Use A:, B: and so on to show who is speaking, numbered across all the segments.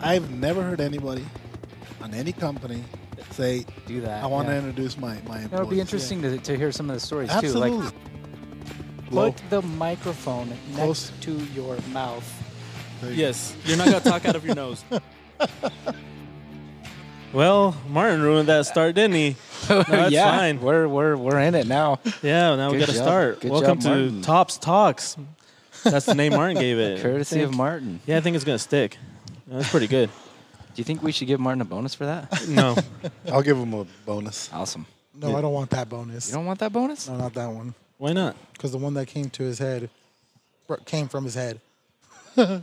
A: I've never heard anybody on any company say,
B: Do that.
A: I want to
B: yeah.
A: introduce my, my employees.
B: That would be interesting to, to hear some of the stories
A: Absolutely.
B: too. Like
A: Low.
B: put the microphone next
A: Close.
B: to your mouth.
A: There you go.
C: Yes, you're not gonna talk out of your nose. Well, Martin ruined that start, didn't he? that's
B: yeah,
C: fine.
B: We're we're we're in it now.
C: Yeah, now we
D: Good
C: got to
D: job.
C: start.
D: Good
C: Welcome
D: job,
C: to
D: Martin.
C: Tops Talks. That's the name Martin gave it.
D: Courtesy
C: I
D: of
C: think-
D: Martin.
C: Yeah, I think it's gonna stick. That's pretty good.
D: Do you think we should give Martin a bonus for that?
C: No,
A: I'll give them a bonus.
D: awesome.
E: No, I don't want that bonus.
D: You don't want that bonus?
E: no, not that one.
C: why not?
E: Because the one that came to his head br- came from his head.
D: Yeah,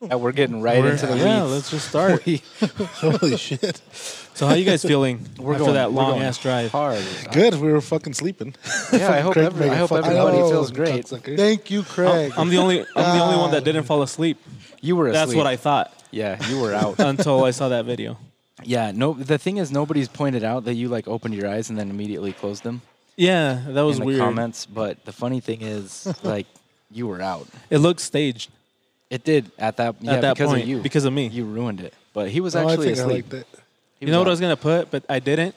D: we're getting right
C: We're-
D: into the
C: yeah,
D: weeds.
C: let's just start.
A: Holy shit.
C: So, how you guys feeling
D: We're
C: after
D: going-
C: that
D: we're
C: long
D: going
C: ass drive?
D: Hard.
A: Good. We were fucking sleeping.
D: Yeah, I hope,
A: Craig
D: every,
A: made
D: I
A: a
D: hope
A: fucking-
D: everybody
A: I know,
D: feels great.
A: cocksucker.
E: Thank you, Craig.
C: I'm the only I'm the only one that didn't fall asleep.
D: You were asleep.
C: That's what I thought
D: Yeah, you were out.
C: until I saw that video.
D: yeah, no. The thing is, nobody's pointed out that you like opened your eyes and then immediately closed them
C: Yeah, that was
D: in the
C: weird.
D: comments. But the funny thing is, like, you were out.
C: It looked staged
D: It did at that yeah,
C: at that
D: because
C: point
D: of you.
C: because of me.
D: you ruined it. But he was
A: No, I
D: actually
A: think I
D: asleep.
A: liked it.
D: He
C: you know what I
D: out.
C: was gonna put, but I didn't.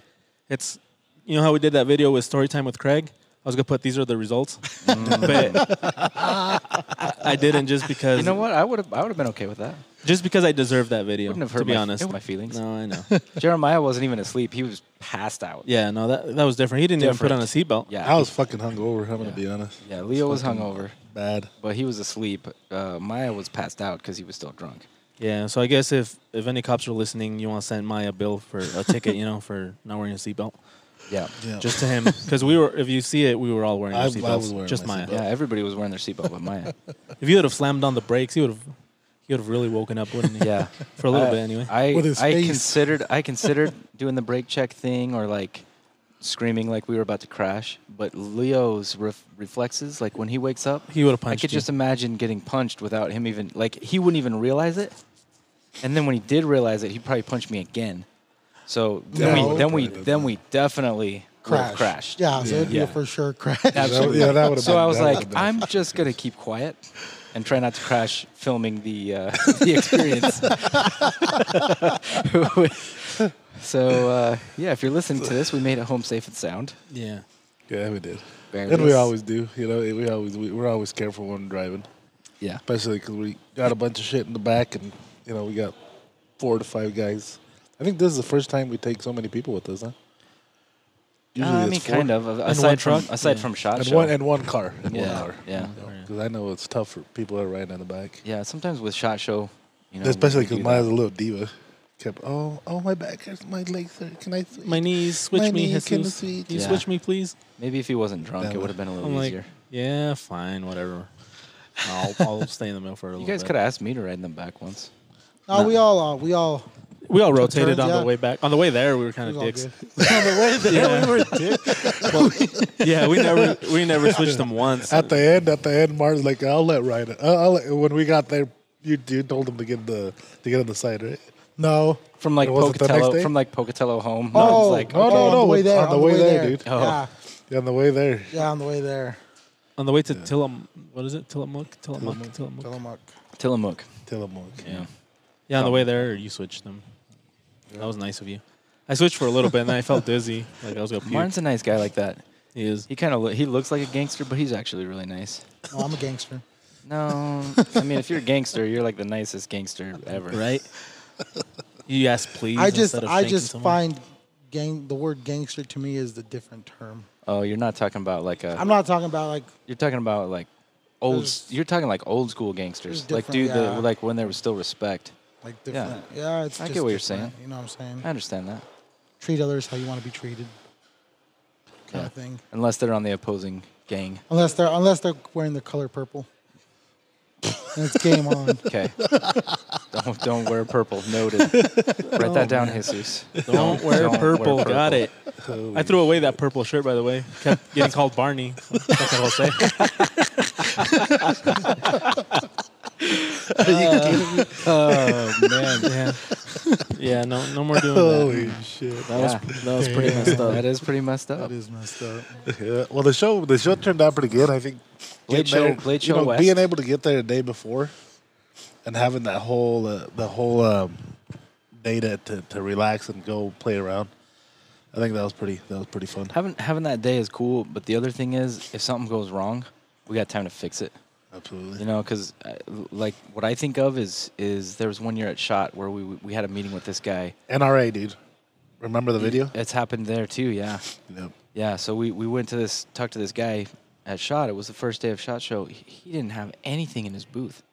C: It's you know how we did that video with story time with Craig. I was gonna put these are the results, but I didn't just because
D: You know what? I would have. I would have been okay with that.
C: just because I deserved that video.
D: Wouldn't have
C: to
D: hurt
C: be
D: my,
C: honest.
D: my feelings.
C: No, I know.
D: Jeremiah wasn't even asleep. He was passed out.
C: yeah, no, that that was different. He didn't even put on a seatbelt.
D: Yeah.
A: I was fucking hungover, I'm going to be honest.
D: Yeah, Leo was hungover,
A: Bad.
D: but he was asleep. Uh, Maya was passed out because he was still drunk.
C: Yeah. So I guess if if any cops are listening, you want to send Maya a bill for a ticket, you know, for not wearing a seatbelt,
D: Yeah.
A: Yeah.
C: just to him, because we were. If you see it, we were all wearing
A: I- I
C: our
A: was
C: seatbelts.
A: wearing
C: just
A: my
C: Maya.
A: seatbelt.
D: Yeah, everybody was wearing their seatbelt but Maya.
C: If you would have slammed on the brakes, he would have. He would have really woken up, wouldn't he?
D: Yeah.
C: For a little
D: I-
C: bit, anyway.
D: I,
E: With his
D: I
E: face.
D: considered I considered doing the brake check thing or like screaming like we were about to crash, but Leo's ref- reflexes, like when he wakes up,
C: He would have
D: I
C: punched
D: could
C: you.
D: just imagine getting punched without him even like he wouldn't even realize it. And then when he did realize it, he'd probably punch me again. So then
E: No.
D: we then we then we definitely would have
E: crash.
D: crashed.
E: Yeah, so it'd be
D: Yeah.
E: a for sure crash.
D: Absolutely.
A: yeah, that would've
D: so
A: been-
D: I was
A: that
D: like,
A: would've been-
D: I'm just gonna keep quiet and try not to crash filming the uh, the experience. so uh, yeah, if you're listening to this, we made it home safe and sound.
C: Yeah.
A: Yeah, we did.
D: Very
A: And we
D: nice.
A: always do. You know, we always, we, we're always careful when driving,
D: yeah.
A: especially because we got a bunch of shit in the back and, you know, we got four to five guys. I think this is the first time we take so many people with us, huh?
D: Uh, I mean,
A: four.
D: kind of. a-
C: one
D: Aside from
C: truck?
D: aside
C: Yeah.
D: from shot
A: And
D: show.
A: one, and one car. And
D: yeah,
A: one car.
D: yeah,
A: Because I know it's tough for people that are riding in the back.
D: yeah. Sometimes with shot show, you know,
A: Especially
D: we do
A: because
D: that.
A: mine's a little diva. Kept, oh, oh, my back hurts, my legs hurt. Can I?
C: My knees, switch
A: My
C: me,
A: knee, can
C: Jesus.
A: you
C: Can
A: switch?
C: you
D: Yeah.
C: switch me, please?
D: maybe if he wasn't drunk,
A: That
D: it
A: would-
D: would have been a
C: I'm
D: little
C: like,
D: easier.
C: yeah, fine, whatever. I'll, I'll stay in the middle for a
D: You
C: little
D: guys
C: bit.
D: could have asked me to ride in the back once.
E: no, we all are. We all.
C: We all rotated
E: turns,
C: on
E: yeah.
C: the way back. On the way there, we were
E: It
C: kind
E: was
C: of
E: all
C: dicks.
E: good. On the way there,
C: Yeah.
E: we were dicks.
C: yeah, we never we never switched them once.
A: At the end, at the end, Martin's like, I'll let ride it. Uh, I'll let, when we got there, you, you told him to get the to get on the side, right?
E: No.
D: From like
A: It wasn't the next
D: Pocatello,
A: day?
D: from like Pocatello home. I
E: Oh,
D: was like,
A: no,
E: okay,
A: no,
E: on
A: no,
E: the way there.
A: on the way there, dude.
D: Oh.
E: Yeah,
A: Yeah, on the way there.
E: yeah, on the way there.
C: on the way to Tillam, what is it? Tillamook, Tillamook, Tillamook.
E: Tillamook.
D: Tillamook.
A: Tillamook.
D: Yeah.
C: Yeah, on the way there, you switched them. That was nice of you. I switched for a little bit, and then I felt dizzy, like I was gonna puke.
D: Martin's a nice guy like that.
C: he is.
D: He kind of lo- he looks like a gangster, but he's actually really nice.
E: No, I'm a gangster.
D: No, I mean if you're a gangster, you're like the nicest gangster ever.
C: right? You ask please.
E: I just,
C: instead of
E: I
C: thanking
E: just
C: someone.
E: find gang. The word gangster to me is the different term.
D: Oh, you're not talking about like a.
E: I'm not talking about like
D: You're talking about like old.
E: There's-
D: You're talking like old school gangsters,
E: There's
D: like dude,
E: different- yeah.
D: that, like when there was still respect.
E: like different. Yeah, it's.
D: I get
E: just
D: what you're
E: different, You know what I'm saying?
D: I understand that,
E: Treat others how you want to be treated. Kind
D: Yeah.
E: of thing.
D: unless they're on the opposing gang.
E: Unless they're unless they're wearing the color purple. And it's game on.
D: Okay. don't don't wear purple. Noted. Write that down, Jesus.
C: Don't wear
D: Oh, don't wear
C: purple. Got
D: purple.
C: it. I threw away that purple shirt, by the way. Kept getting called Barney. That's what I'll say.
D: Oh man,
C: Yeah. Yeah. No. No more doing that.
A: Holy shit.
C: That
D: Yeah.
C: was that was pretty messed up.
D: that is pretty messed up.
E: That is messed up.
A: Yeah. Well, the show the show turned out pretty good. I think
D: Late
A: getting
D: show- late
A: you
D: show
A: know,
D: West.
A: being able to get there a day before and having that whole uh, the whole um, data to, to relax and go play around. I think that was pretty that was pretty fun.
D: Having having that day is cool, but the other thing is, if something goes wrong, we got time to fix it.
A: Absolutely.
D: You know, because like what I think of is is there was one year at Shot where we we had a meeting with this guy.
A: NRA, dude. Remember the video?
D: It's happened there too. Yeah,
A: Yep.
D: yeah. So we we went to this talked to this guy at Shot. It was the first day of Shot Show. He, he didn't have anything in his booth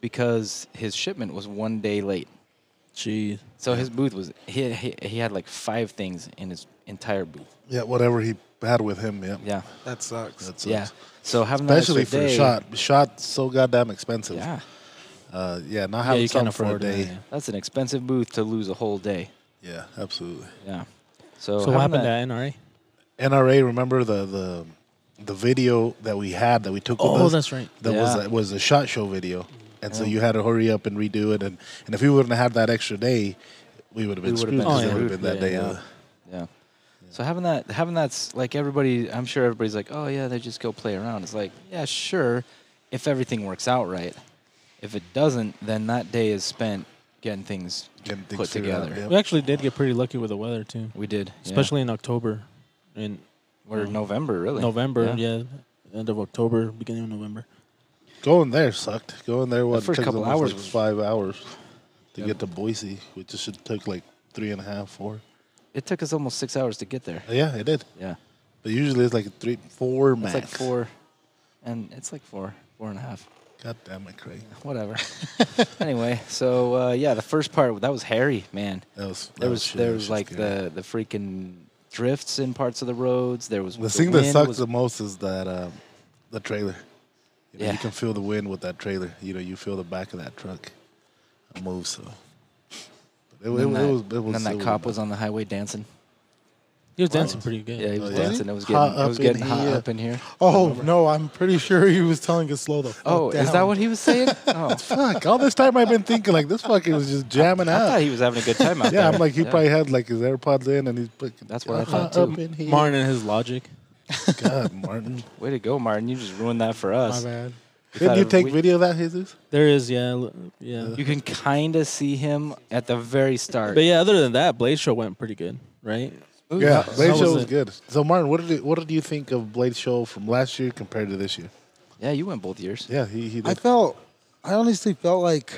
D: because his shipment was one day late.
C: Jeez.
D: So his booth was he he, he had like five things in his entire booth.
A: Yeah, whatever he had with him. Yep.
D: Yeah,
E: That sucks.
A: That's
D: yeah. So having that
A: Especially
D: extra
A: for
D: day-
A: shot. Shot so goddamn expensive.
D: Yeah.
A: Uh, yeah. Not
C: Yeah,
A: having
C: you can't
A: something for a
C: afford
A: day.
C: that.
D: That's an expensive booth to lose a whole day.
A: Yeah. Absolutely.
D: Yeah. So,
C: So what
D: having
C: happened to NRA?
A: NRA. Remember the the the video that we had that we took. with
C: Oh,
A: us?
C: that's right.
A: That was
D: Yeah.
A: that was a shot show video, and so you had to hurry up and redo it. And and if we wouldn't have had that extra day, we would have been
D: We would've
A: screwed.
D: been
A: because it
D: screwed.
A: would have been that
D: Yeah,
A: day.
D: yeah.
A: uh,
D: Yeah. So having that, having that's like everybody, I'm sure everybody's like, oh yeah, they just go play around. It's like, yeah, sure, if everything works out right. If it doesn't, then that day is spent getting things
A: getting things
D: put
A: figured out,
D: together.
A: yeah.
C: We actually did get pretty lucky with the weather too,
D: We did, yeah.
C: especially in October, in
D: or November really.
C: November.
D: Yeah.
C: Yeah. end of October, beginning of November.
A: Going there sucked. Going there what
D: The first
A: took
D: couple
A: almost
D: hours
A: like
D: was-
A: five hours to
D: Yeah.
A: get to Boise, which just should took like three and a half, four. Uh,
D: It took us almost six hours to get there.
A: Yeah, it did.
D: Yeah.
A: But usually it's like three, four
D: It's
A: max.
D: like four, and it's like four, four and a half.
A: God damn it, Craig.
D: Whatever. anyway, so uh, yeah, the first part that was hairy, man.
A: That was that
D: There was,
A: shit.
D: there
A: That
D: was
A: shit's
D: like
A: scary.
D: the the freaking drifts in parts of the roads. There was
A: the thing that
D: wind
A: sucks
D: was-
A: the most is that um, the trailer. You, know,
D: Yeah.
A: you can feel the wind with that trailer. You know, you feel the back of that truck move. So but it,
D: and
A: it,
D: then
A: was-
D: that,
A: it was. It was.
D: and then
A: it
D: that
A: was
D: cop
A: bad.
D: was on the highway dancing.
C: He was dancing pretty good.
D: Yeah, he was
A: yeah?
D: dancing. It was getting
A: Hot
D: it was
A: up in
D: getting hot
A: here.
D: up in here.
E: Oh no, I'm pretty sure he was telling us slow the fuck
D: Oh, is that
E: down.
D: what he was saying? Oh,
A: Fuck! All this time I've been thinking like this fucking was just jamming
D: I thought
A: out.
D: he was having a good time out
A: Yeah,
D: there.
A: I'm like he probably had like his AirPods in and he's fucking.
D: That's what I
A: "Ah,
E: Uh,
D: thought,
A: Up
D: too.
A: in here.
C: Martin and his logic.
A: God, Martin.
D: Way to go, Martin! You just ruined that for
E: My
D: us.
E: bad.
D: We
A: Didn't
D: thought
A: you
D: it-
A: take
D: we-
A: video of that, Jesus?
C: There is, yeah, l- yeah.
D: You can kind of see him at the very start.
C: But yeah, other than that, Blade Show went pretty good, right?
D: Ooh,
A: Yeah,
D: that-
A: Blade
C: how
A: Show
C: was
A: was
C: it?
A: good. So, Martin, what did you, what did you think of Blade Show from last year compared to this year?
D: yeah, you went both years.
A: Yeah, he, he did.
E: I felt, I honestly felt like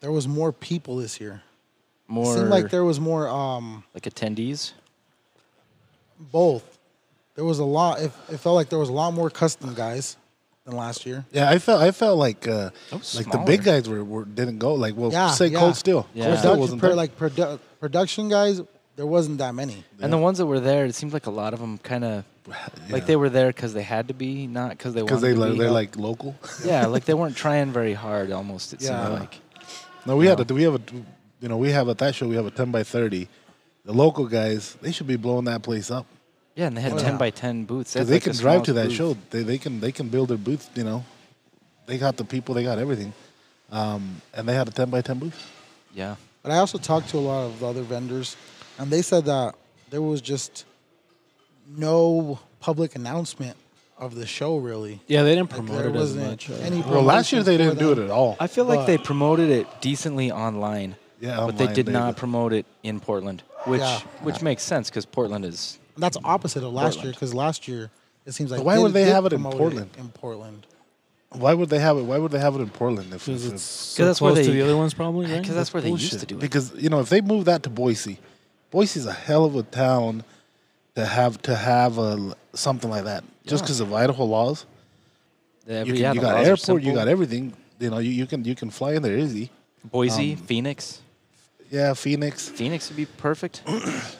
E: there was more people this year. It
D: More
E: seemed like there was more um,
D: like attendees.
E: both. There was a lot. It, it felt like there was a lot more custom guys than last year.
A: yeah, I felt I felt like uh,
D: was
A: like the big
D: smaller.
A: guys were, were didn't go. Like, well,
E: Yeah,
A: say
E: yeah.
A: Cold Steel.
D: Yeah.
A: Cold Steel
E: Production-
A: wasn't
E: per-
A: there.
E: like produ- production guys, there wasn't that many.
D: And the ones that were there, it seemed like a lot of them kind of like they were there because they had to be, not because they wanted
A: because they
D: to
A: like,
D: be.
A: they're like local.
D: yeah, like they weren't trying very hard. Almost it
E: Yeah.
D: seemed like
A: No, we had a we have a you know we have at that show we have a ten by thirty. The local guys they should be blowing that place up.
D: yeah, and they had
E: Oh,
D: ten
E: yeah.
D: by ten booths.
A: Because
D: That's
A: they
D: like
A: can
D: the
A: drive to that
D: smallest
A: show.
D: booth.
A: They, they can they can build their booth. You know, they got the people. They got everything. Um, and they had a ten by ten booth.
D: Yeah,
E: But I also talked to a lot of the other vendors, and they said that there was just no public announcement of the show really.
C: Yeah, they didn't
E: Like,
C: promote
E: there
C: it as
E: wasn't
C: much. uh,
E: any
D: Oh,
A: Well, last year
E: promotion
A: they
E: for
A: didn't do it
E: them.
A: at all.
D: I feel like
E: But-
D: they promoted it decently online.
A: Yeah,
D: but they
A: online,
D: did
A: they
D: not
A: did.
D: promote it in Portland, which
E: Yeah.
D: which makes sense because Portland is
E: And that's opposite of last year
D: Portland.
E: because last year it seems like
A: Why would they
E: did
A: have it in
E: promote
A: Portland?
E: in Portland,
A: Why would they have it? Why would they have it in Portland? If,
C: Because
A: if-
C: it's so
D: 'Cause that's where
C: close to
D: they-
C: the other ones, probably. Right?
D: because that's where they used to
A: bullshit.
D: do it.
A: Because you know, if they move that to Boise, Boise's a hell of a town to have to have a something like that. Just
D: Yeah.
A: because of Idaho laws,
D: Every-
A: you, can,
D: yeah,
A: you
D: the
A: got
D: laws are
A: airport, you
D: simple.
A: got everything. You know, you, you can you can fly in there easy.
D: Boise,
A: um,
D: Phoenix.
A: Yeah, Phoenix.
D: Phoenix would be perfect.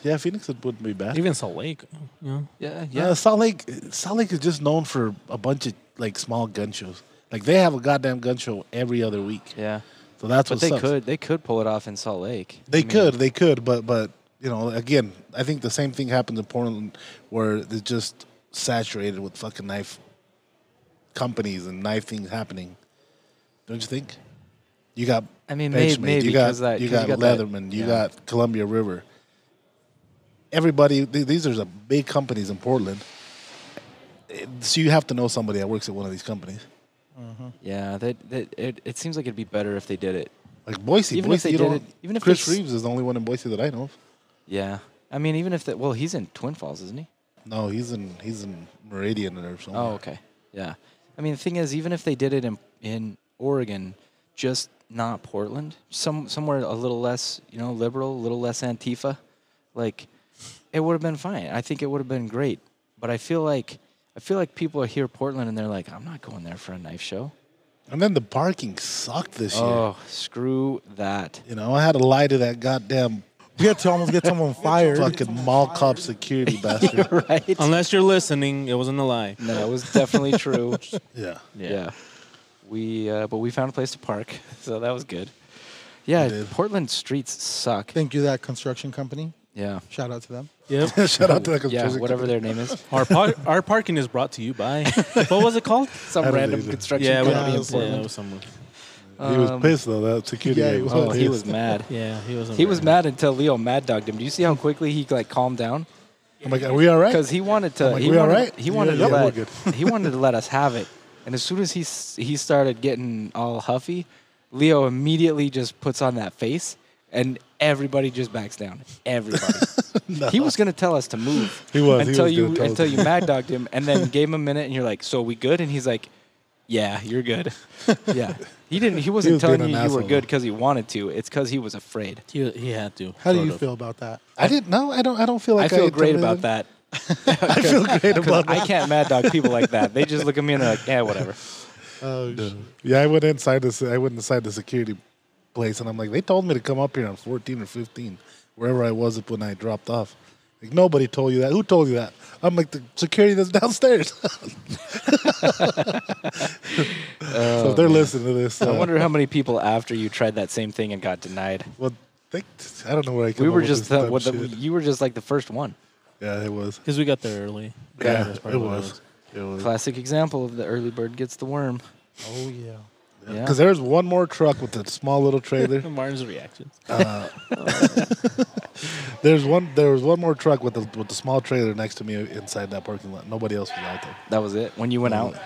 A: Yeah, Phoenix it wouldn't be bad.
C: Even Salt Lake, you know.
D: yeah,
A: Yeah,
D: yeah.
A: Salt Lake. Salt Lake is just known for a bunch of like small gun shows. Like they have a goddamn gun show every other week.
D: yeah.
A: So that's
D: But
A: what
D: they
A: sucks.
D: could they could pull it off in Salt Lake.
A: They could, they could, but but you know, again, I think the same thing happens in Portland where they're just saturated with fucking knife companies and knife things happening. Don't you think? You got
D: I mean, may-
A: Benchmade,
D: maybe
A: you got
D: 'cause that-
A: you
D: 'cause
A: got,
D: you got that-
A: Leatherman, you
D: yeah.
A: got Columbia River. Everybody, th- these are the big companies in Portland. Eh, So you have to know somebody that works at one of these companies.
D: Yeah, that, that it, it seems like it'd be better if they did it.
A: Like Boise,
D: Even if
A: Boise,
D: they
A: you
D: did
A: don't.
D: it- even if
A: Chris
D: they s-
A: Reeves is the only one in Boise that I know. of.
D: Yeah, I mean, even if that. Well, he's in Twin Falls, isn't he?
A: No, he's in he's in Meridian or something.
D: Oh, okay. Yeah. I mean, the thing is, even if they did it in in Oregon, just not Portland, some somewhere a little less, you know, liberal, a little less Antifa, like it would have been fine. I think it would have been great. But I feel like I feel like people are here Portland and they're like, I'm not going there for a knife show.
A: And then the parking sucked this year.
D: Oh, screw that.
A: You know, I had to lie to that goddamn
E: We had to almost get someone fired.
A: fucking mall cop security bastard.
D: right?
C: Unless you're listening, it wasn't a lie.
D: No, it was definitely true.
A: yeah.
D: Yeah. We uh, but we found a place to park, so that was good. Yeah,
A: did.
D: Portland streets suck.
E: Thank you, that construction company.
D: Yeah.
E: Shout out to them.
C: Yep.
A: Shout out to that
D: Yeah,
A: construction
D: whatever
A: company.
D: their name is.
C: Our par- our parking is brought to you by what was it called?
B: Some
A: I don't
B: random
A: either.
B: construction
C: Yeah, we-
B: company
C: yeah,
B: in Portland.
C: it was someone.
A: He was
D: Um,
A: pissed though. That security
E: yeah,
A: guy
E: he
A: was
E: was.
D: Oh, he
A: pissed.
D: was mad.
C: Yeah, he was.
D: He was mad until Leo mad dogged him. Do you see how quickly he like calmed down?
A: I'm like, are we all right?
D: Because he wanted to.
A: I'm like,
D: uh, he
A: "We all
D: wanted,
A: right?"
D: He
A: Yeah,
D: wanted
A: yeah,
D: to
A: we're
D: let. he wanted to let us have it. And as soon as he s- he started getting all huffy, Leo immediately just puts on that face, and everybody just backs down. Everybody. He was gonna tell us to move.
A: He was, he
D: until
A: was
D: you
A: gonna tell us
D: until
A: to
D: you mad dogged him, and then gave him a minute, and you're like, "So we good?" And he's like, "Yeah, you're good." yeah. He didn't. He wasn't
A: was being
D: telling
A: an
D: you you
A: asshole,
D: were
A: though.
D: good because he wanted to. It's because he was afraid.
C: He, he had to.
E: How do you feel about that?
A: I didn't know. I don't. I don't feel like
D: I feel
A: had
D: great
A: done
D: about
A: anything.
D: that.
A: I feel great about that.
D: I can't mad dog people like that. They just look at me and they're like, yeah, whatever.
E: Oh, sh-
A: Yeah, I went inside this. I went inside the security place, and I'm like, they told me to come up here on 14 or 15, wherever I was when I dropped off. Like nobody told you that. Who told you that? I'm like the security that's downstairs.
D: Oh,
A: so if they're listening to this,
D: Um, I
A: uh,
D: wonder how many people after you tried that same thing and got denied.
A: Well, they, I don't know where I. Came
D: We
A: up
D: were
A: with
D: just
A: this
D: the,
A: dumb
D: what the,
A: shit.
D: you were just like the first one.
A: yeah, it was.
C: Because we got there early.
A: Yeah,
C: that's
A: it
C: probably what it
A: was. It was.
D: Classic example of the early bird gets the worm.
E: oh yeah.
D: Yeah.
A: Because there's one more truck with a small little trailer. Uh,
C: Martin's reactions.
A: There's one. There was one more truck with the with the small trailer next to me inside that parking lot. Nobody else was out there.
D: That was it when you went out.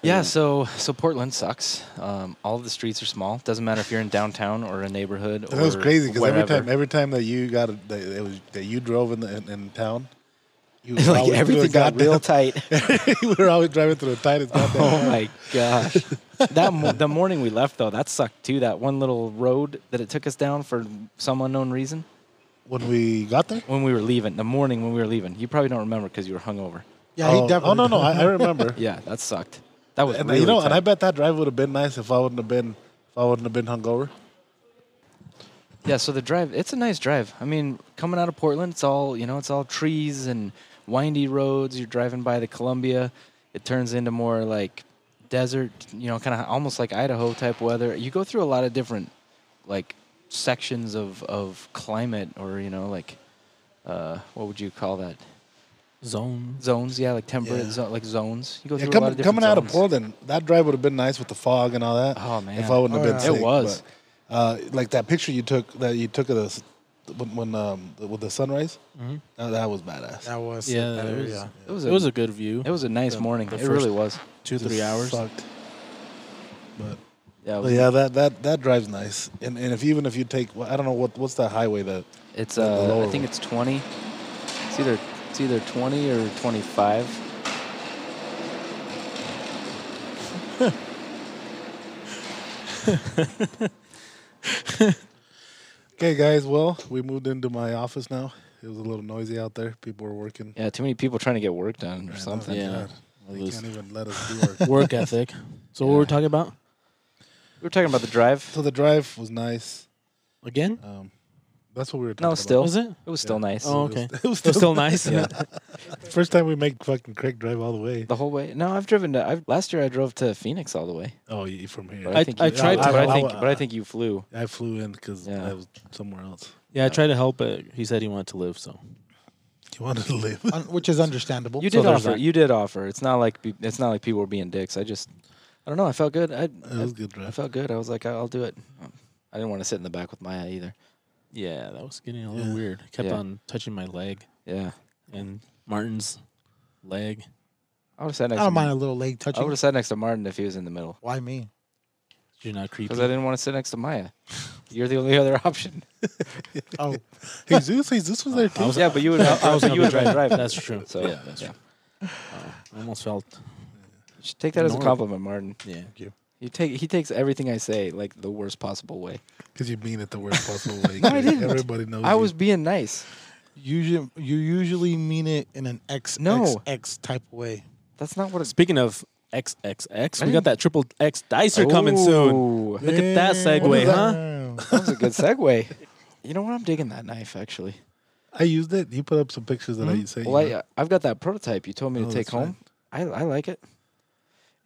D: Yeah, so so Portland sucks. Um, all the streets are small. Doesn't matter if you're in downtown or a neighborhood.
A: And it was
D: or
A: crazy because every
D: wherever.
A: time every time that you got a, that, it was, that you drove in the in, in town, you were
D: like
A: always
D: everything
A: doing
D: got real
A: goddamn-
D: tight.
A: you were always driving through the tightest goddamn.
D: Oh my gosh. That mo- the morning we left though, that sucked too. That one little road that it took us down for some unknown reason
A: When we got there,
D: when we were leaving. The morning when we were leaving, you probably don't remember because you were hungover.
E: Yeah,
A: oh,
E: he definitely.
A: oh no no I, I remember.
D: Yeah, that sucked. That was
A: and
D: really
A: you know, and
D: tight.
A: I bet that drive would have been nice if I wouldn't have been if I wouldn't have been hungover.
D: yeah. So the drive, it's a nice drive. I mean, coming out of Portland, it's all you know, it's all trees and windy roads. You're driving by the Columbia, it turns into more like desert, you know, kind of almost like Idaho type weather. You go through a lot of different like sections of of climate or you know like uh what would you call that
C: Zone.
D: zones yeah like temperate
E: Yeah.
D: zo- like zones you go
A: Yeah,
D: through a lot
A: coming
D: of different
A: coming out of
D: zones.
A: Portland, that drive would have been nice with the fog and all that.
D: Oh, man.
A: if I wouldn't
E: Oh,
A: have been
E: yeah.
A: sick,
D: It was.
A: but, uh, like that picture you took that you took of the s- when, when um with the sunrise.
D: Mm-hmm.
A: Uh, that was badass.
E: That was
C: Yeah,
E: that
C: it was-
E: area.
D: it was
C: It
D: a,
C: was a good view.
D: it was a nice
C: the-
D: morning
C: the
D: it really
C: first-
D: was
C: two
A: Just
C: three hours.
A: sucked. But
D: yeah, it
A: But
D: was-
A: yeah, that that that drive's nice, and and if even if you take, well, I don't know what what's that highway that
D: it's
A: the- the
D: uh
A: lower
D: i think
A: one.
D: it's 20 it's either it's either 20 or 25
A: Okay, guys. Well, we moved into my office now. It was a little noisy out there. People were working.
D: yeah too many people trying to get work done or something
C: yeah.
A: God.
C: All
A: They
C: those
A: can't even let us do our.
C: Work ethic. So what were we
D: Yeah.
C: talking about
D: we were talking about the drive
A: so the drive was nice.
C: again?
A: Um, that's what we were talking
D: no
A: about.
D: still
C: Was it?
D: it was still nice
C: Oh, okay.
A: It was
C: It's
A: still,
C: still nice.
D: Yeah.
A: first time we make fucking Craig drive all the way.
D: the whole way no i've driven to i've last year i drove to phoenix all the way
A: Oh, you from here? I,
D: But I,
C: I-
D: think
C: I
D: you,
C: tried
D: but
A: to-
D: I think,
A: I-
D: but I think you flew.
A: flew in because
D: Yeah.
A: I was somewhere else.
C: Yeah, I tried to help, but he said he wanted to live. So
A: You wanted to live.
E: Un- which is understandable.
D: You
C: So
D: did
C: there's
D: offer.
C: that.
D: You did offer. It's not like be, it's not like people were being dicks. I just, I don't know. I felt good. I,
A: It
D: I,
A: was a good
D: I
A: drive.
D: felt good. I was like, I'll do it. I didn't want to sit in the back with Maya either.
C: yeah, that was getting a little
A: Yeah.
C: weird. I kept
D: Yeah.
C: on touching my leg
D: Yeah.
C: and Martin's leg.
D: I would have sat
E: I
D: next.
E: don't
D: to
E: mind a little leg touching.
D: I would have sat next to Martin if he was in the middle,
E: Why me?
C: You're not creepy.
D: because I didn't want to sit next to Maya. You're the only other option.
E: Oh,
A: Jesus, Jesus was there too.
D: yeah, but you would. I,
C: I was
D: you
C: gonna
D: would
C: be driving.
D: drive.
C: That's true.
D: So yeah, that's true.
C: I almost felt.
D: Take that as a
A: Ignored.
D: compliment, Martin.
C: Yeah.
D: You take he takes everything I say like the worst possible way.
A: Because you mean it the worst possible way.
D: No, I
A: 'cause
D: didn't.
A: Everybody knows.
D: I
A: you.
D: was being nice.
E: usually you usually mean it in an X
D: No.
E: X type of way.
D: That's not what it's.
C: Speaking of XXX, we
D: Hey.
C: got that triple X dicer coming soon.
D: Ooh,
C: Look at that segue, huh?
E: huh?
D: That was a good segue. You know what? I'm digging that knife actually.
A: I used it. You put up some pictures that I sent you.
D: Mm-hmm. Well, I, uh, I've got that prototype you told me
A: Oh,
D: to take
A: that's right.
D: home. I, I like it.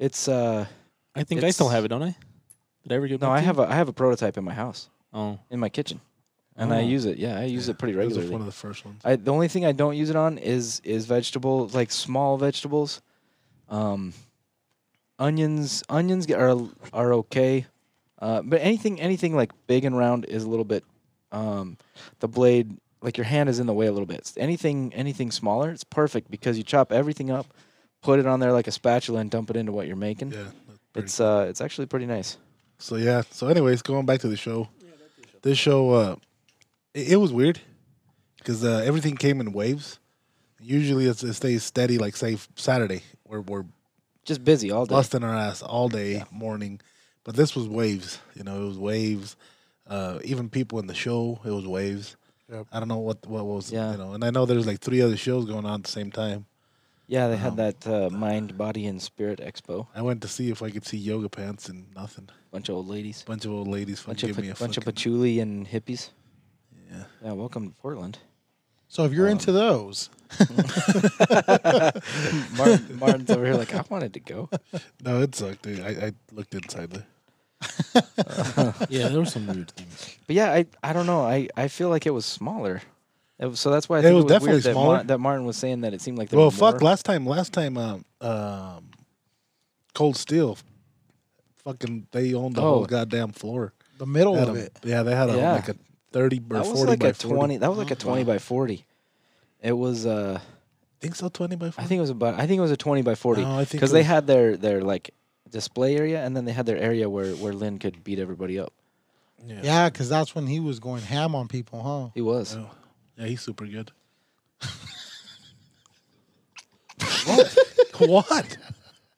D: It's uh
C: I think I still have it, don't I? Did I ever get
D: no, I have a I have a prototype in my house
C: Oh,
D: in my kitchen, and I
C: Oh.
D: use it. Yeah, I use it pretty
A: It was one
D: regularly.
A: of the first ones.
D: I the only thing I don't use it on is is vegetables like small vegetables, um, onions. Onions get- are are okay, uh, but anything anything like big and round is a little bit. Um, the blade like your hand is in the way a little bit. Anything anything smaller, it's perfect because you chop everything up, put it on there like a spatula, and dump it into what you're making.
A: Yeah. pretty
D: it's uh it's actually pretty nice.
A: So yeah. So anyways, going back to the show, this show uh, it, it was weird because uh, everything came in waves. Usually it's, it stays steady, like say Saturday, where we're
D: Just busy all day.
A: busting our ass all day morning, but this was waves. You know, it was waves. Uh, even people in the show, it was waves.
E: Yep.
A: I don't know what what was
D: Yeah.
A: you know, and I know there's like three other shows going on at the same time.
D: Yeah, they had
A: Um,
D: that uh, mind, body, and spirit expo.
A: I went to see if I could see yoga pants and nothing.
D: Bunch of old ladies.
A: Bunch of old ladies fucking
D: bunch of
A: give me a
D: pa- bunch of
A: fucking-
D: patchouli and hippies.
A: yeah.
D: Yeah, welcome to Portland.
E: So if you're
D: Um,
E: into those,
D: Martin, Martin's over here like I wanted to go.
A: No, it sucked. Dude. I, I looked inside there.
C: yeah. There were some weird things.
D: But yeah, I, I don't know. I, I feel like it was smaller. It was- so that's why I
A: It
D: think it
A: was
D: was,
A: definitely
D: weird that,
A: smaller.
D: Mar- that Martin was saying that it seemed like there
A: well,
D: were
A: fuck.
D: more.
A: Last time, last time, um, um, Cold Steel, fucking, they owned the whole
D: Oh.
A: goddamn floor.
E: the middle
A: Had
E: of
A: 'em-
E: it,
A: Yeah, they had a,
D: Yeah.
A: like a thirty or
D: That was
A: forty
D: like
A: by
D: a
A: forty.
D: twenty. That was like a
E: Oh,
D: twenty by forty. It was uh,
A: Think so? Twenty by
D: I
A: forty.
D: think it was about. I think it was a twenty by forty
A: No, I think
D: because
A: it
D: they
A: was-
D: had their their like display area and then they had their area where where Lynn could beat everybody up.
A: Yeah. yeah,
E: yeah, because that's when he was going ham on people, huh?
D: He was.
A: Oh. he's super good. what? what?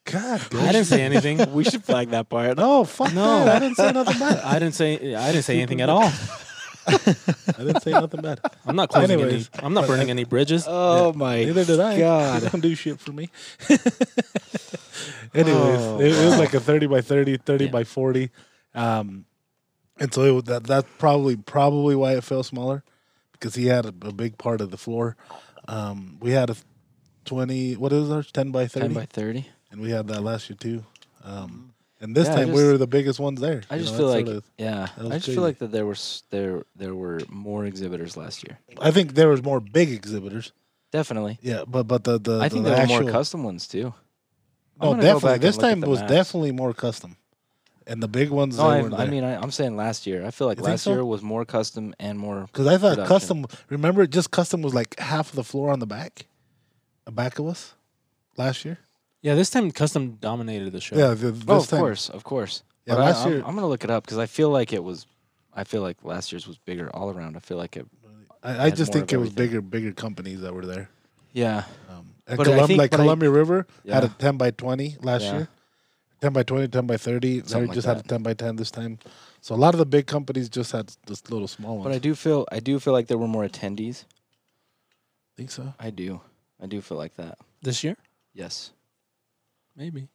A: God,
C: I didn't say anything.
D: we should flag that part.
A: no, fuck no. I didn't say nothing bad.
C: I didn't say. I didn't say anything at all.
A: I didn't say nothing bad.
C: I'm not closing
A: Anyways. Uh,
C: any. I'm not burning any bridges.
D: Oh my
A: Neither did I.
D: God.
A: They don't do shit for me. Anyways,
D: Oh,
A: it, it was like a 30 by 30, 30 by 40. Um, and so it, was- that that's probably probably why it fell smaller because he had a, a big part of the floor. Um, we had a 20, what is ours? 10 by 30.
D: Ten by thirty.
A: and we had that last year too. Um, and this
D: Yeah, I
A: time we
D: just-
A: were the biggest ones there.
D: I
A: You
D: just
A: know,
D: feel
A: that's
D: like
A: sort of-
D: yeah. I
A: was
D: just feel
A: crazy.
D: like that there were s- there there were more exhibitors last year.
A: I think there was more big exhibitors.
D: Definitely.
A: Yeah, but but the the
D: I think
A: the
D: there were
A: actual,
D: more custom ones too. I'm
A: No,
D: gonna go
A: definitely.
D: back
A: This
D: and look at
A: time
D: the
A: was
D: maps.
A: definitely more custom, and the big ones.
D: No,
A: they
D: I,
A: were
D: I mean I, I'm saying last year. I feel like
A: You think
D: last
A: so?
D: year was more custom and more.
A: because I thought
D: production.
A: custom. Remember, just custom was like half of the floor on the back, the back of us, last year.
C: Yeah, this time custom dominated the show.
A: Yeah, the, this
D: oh, of
A: time.
D: course, of course.
A: Yeah,
D: But I-
A: last
D: I'm-
A: year-
D: I'm, gonna look it up because I feel like it was. I feel like last year's was bigger all around. I feel like it.
A: I, I
D: had
A: just
D: more
A: think
D: of
A: it was
D: everything.
A: bigger, bigger companies that were there.
D: Yeah.
A: Um, and
D: But I
A: Colum-
D: think-
A: like
D: but I-
A: Columbia River had a
D: Yeah.
A: ten by twenty last
D: Yeah.
A: year, ten by 20, 10 by thirty.
D: Something
A: they
D: like
A: just had a
D: that.
A: ten by ten this time. So a lot of the big companies just had this little small
D: But
A: ones.
D: I do feel I do feel like there were more attendees.
A: think so.
D: I do. I do feel like that.
C: This year,
D: Yes.
C: maybe.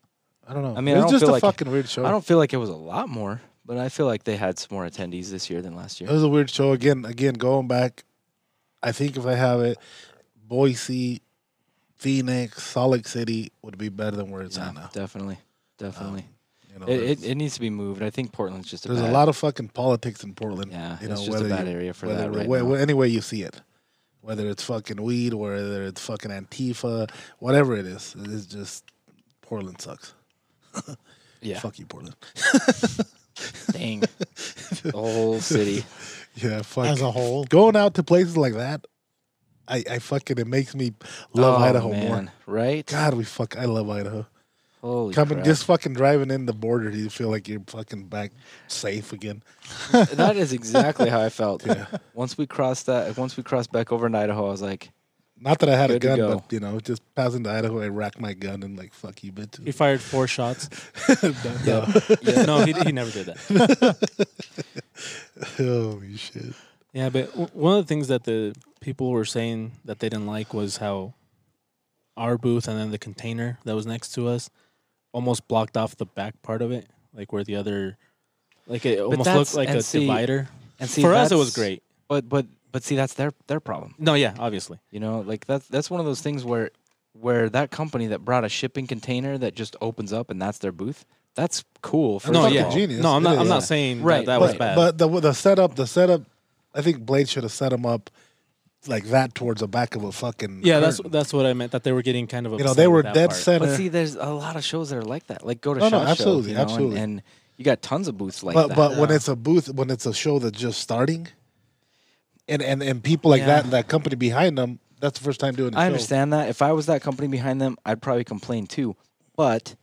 A: I don't know.
D: I mean,
A: it was
D: I don't
A: just
D: feel
A: a
D: like-
A: fucking weird show.
D: I don't feel like it was a lot more, but I feel like they had some more attendees this year than last year.
A: It was a weird show. Again, again, going back, I think if I have it, Boise, Phoenix, Salt Lake City would be better than where it's
D: Yeah,
A: at now.
D: definitely, definitely.
A: You know,
D: it,
A: there's,
D: it, it needs to be moved. I think Portland's just a
A: there's a
D: bad-
A: lot of fucking politics in Portland.
D: Yeah,
A: you know,
D: it's just
A: whether
D: a bad
A: you-
D: area for
A: whether
D: that right
A: wh-
D: now.
A: wh- any way you see it, whether it's fucking weed, whether it's fucking Antifa, whatever it is, it's just Portland sucks.
D: yeah,
A: Fuck you, Portland.
D: dang, the whole city.
A: Yeah, fuck.
E: As a whole,
A: Going out to places like that, I, I fucking it makes me love
D: Oh,
A: Idaho more.
D: man. Right?
A: God, we fuck. I love Idaho.
D: Holy
A: Coming
D: crap.
A: just fucking driving in the border, you feel like you're fucking back safe again.
D: that is exactly how I felt. Once we crossed that, once we crossed back over in Idaho, I was like,
A: Not that I had
D: Good to
A: a gun,
D: go.
A: but you know, just passing to Idaho, I racked my gun and like fuck you, bitch.
C: He fired four shots.
A: No.
C: No, he, he never did that.
A: Holy shit.
C: Yeah, but w- one of the things that the people were saying that they didn't like was how our booth and then the container that was next to us almost blocked off the back part of it, like where the other, like it almost
D: that's-
C: looked like
D: and
C: a
D: see,
C: divider.
D: and see,
C: For us, it was
D: that's-
C: great.
D: but but but see, that's their their problem.
C: No, yeah, obviously.
D: You know, like that's that's one of those things where where that company that brought a shipping container that just opens up and that's their booth. That's cool. First
C: no,
D: of
C: yeah,
D: all.
A: genius.
C: no, I'm
A: It
C: not.
A: is.
C: I'm
A: Yeah.
C: not saying
D: Right,
C: that, that was
A: But,
C: bad.
A: but the the setup, the setup, I think Blade should have set him up like that towards the back of a fucking.
C: yeah, that's
A: curtain.
C: that's what I meant. That they were getting kind of
A: you know
C: upset
A: they
C: with
A: were
C: that
A: dead
C: part.
A: center.
D: But see, there's a lot of shows that are like that. Like go to
A: No, no,
D: shop Show,
A: absolutely,
D: you know, and-
A: absolutely.
D: And, you got tons of booths like
A: but
D: that. uh,
A: but when it's a booth, when it's a show that's just starting, and and, and people like
D: Yeah.
A: that, that company behind them, that's the first time doing. The
D: I
A: show.
D: understand that. If I was that company behind them, I'd probably complain too. But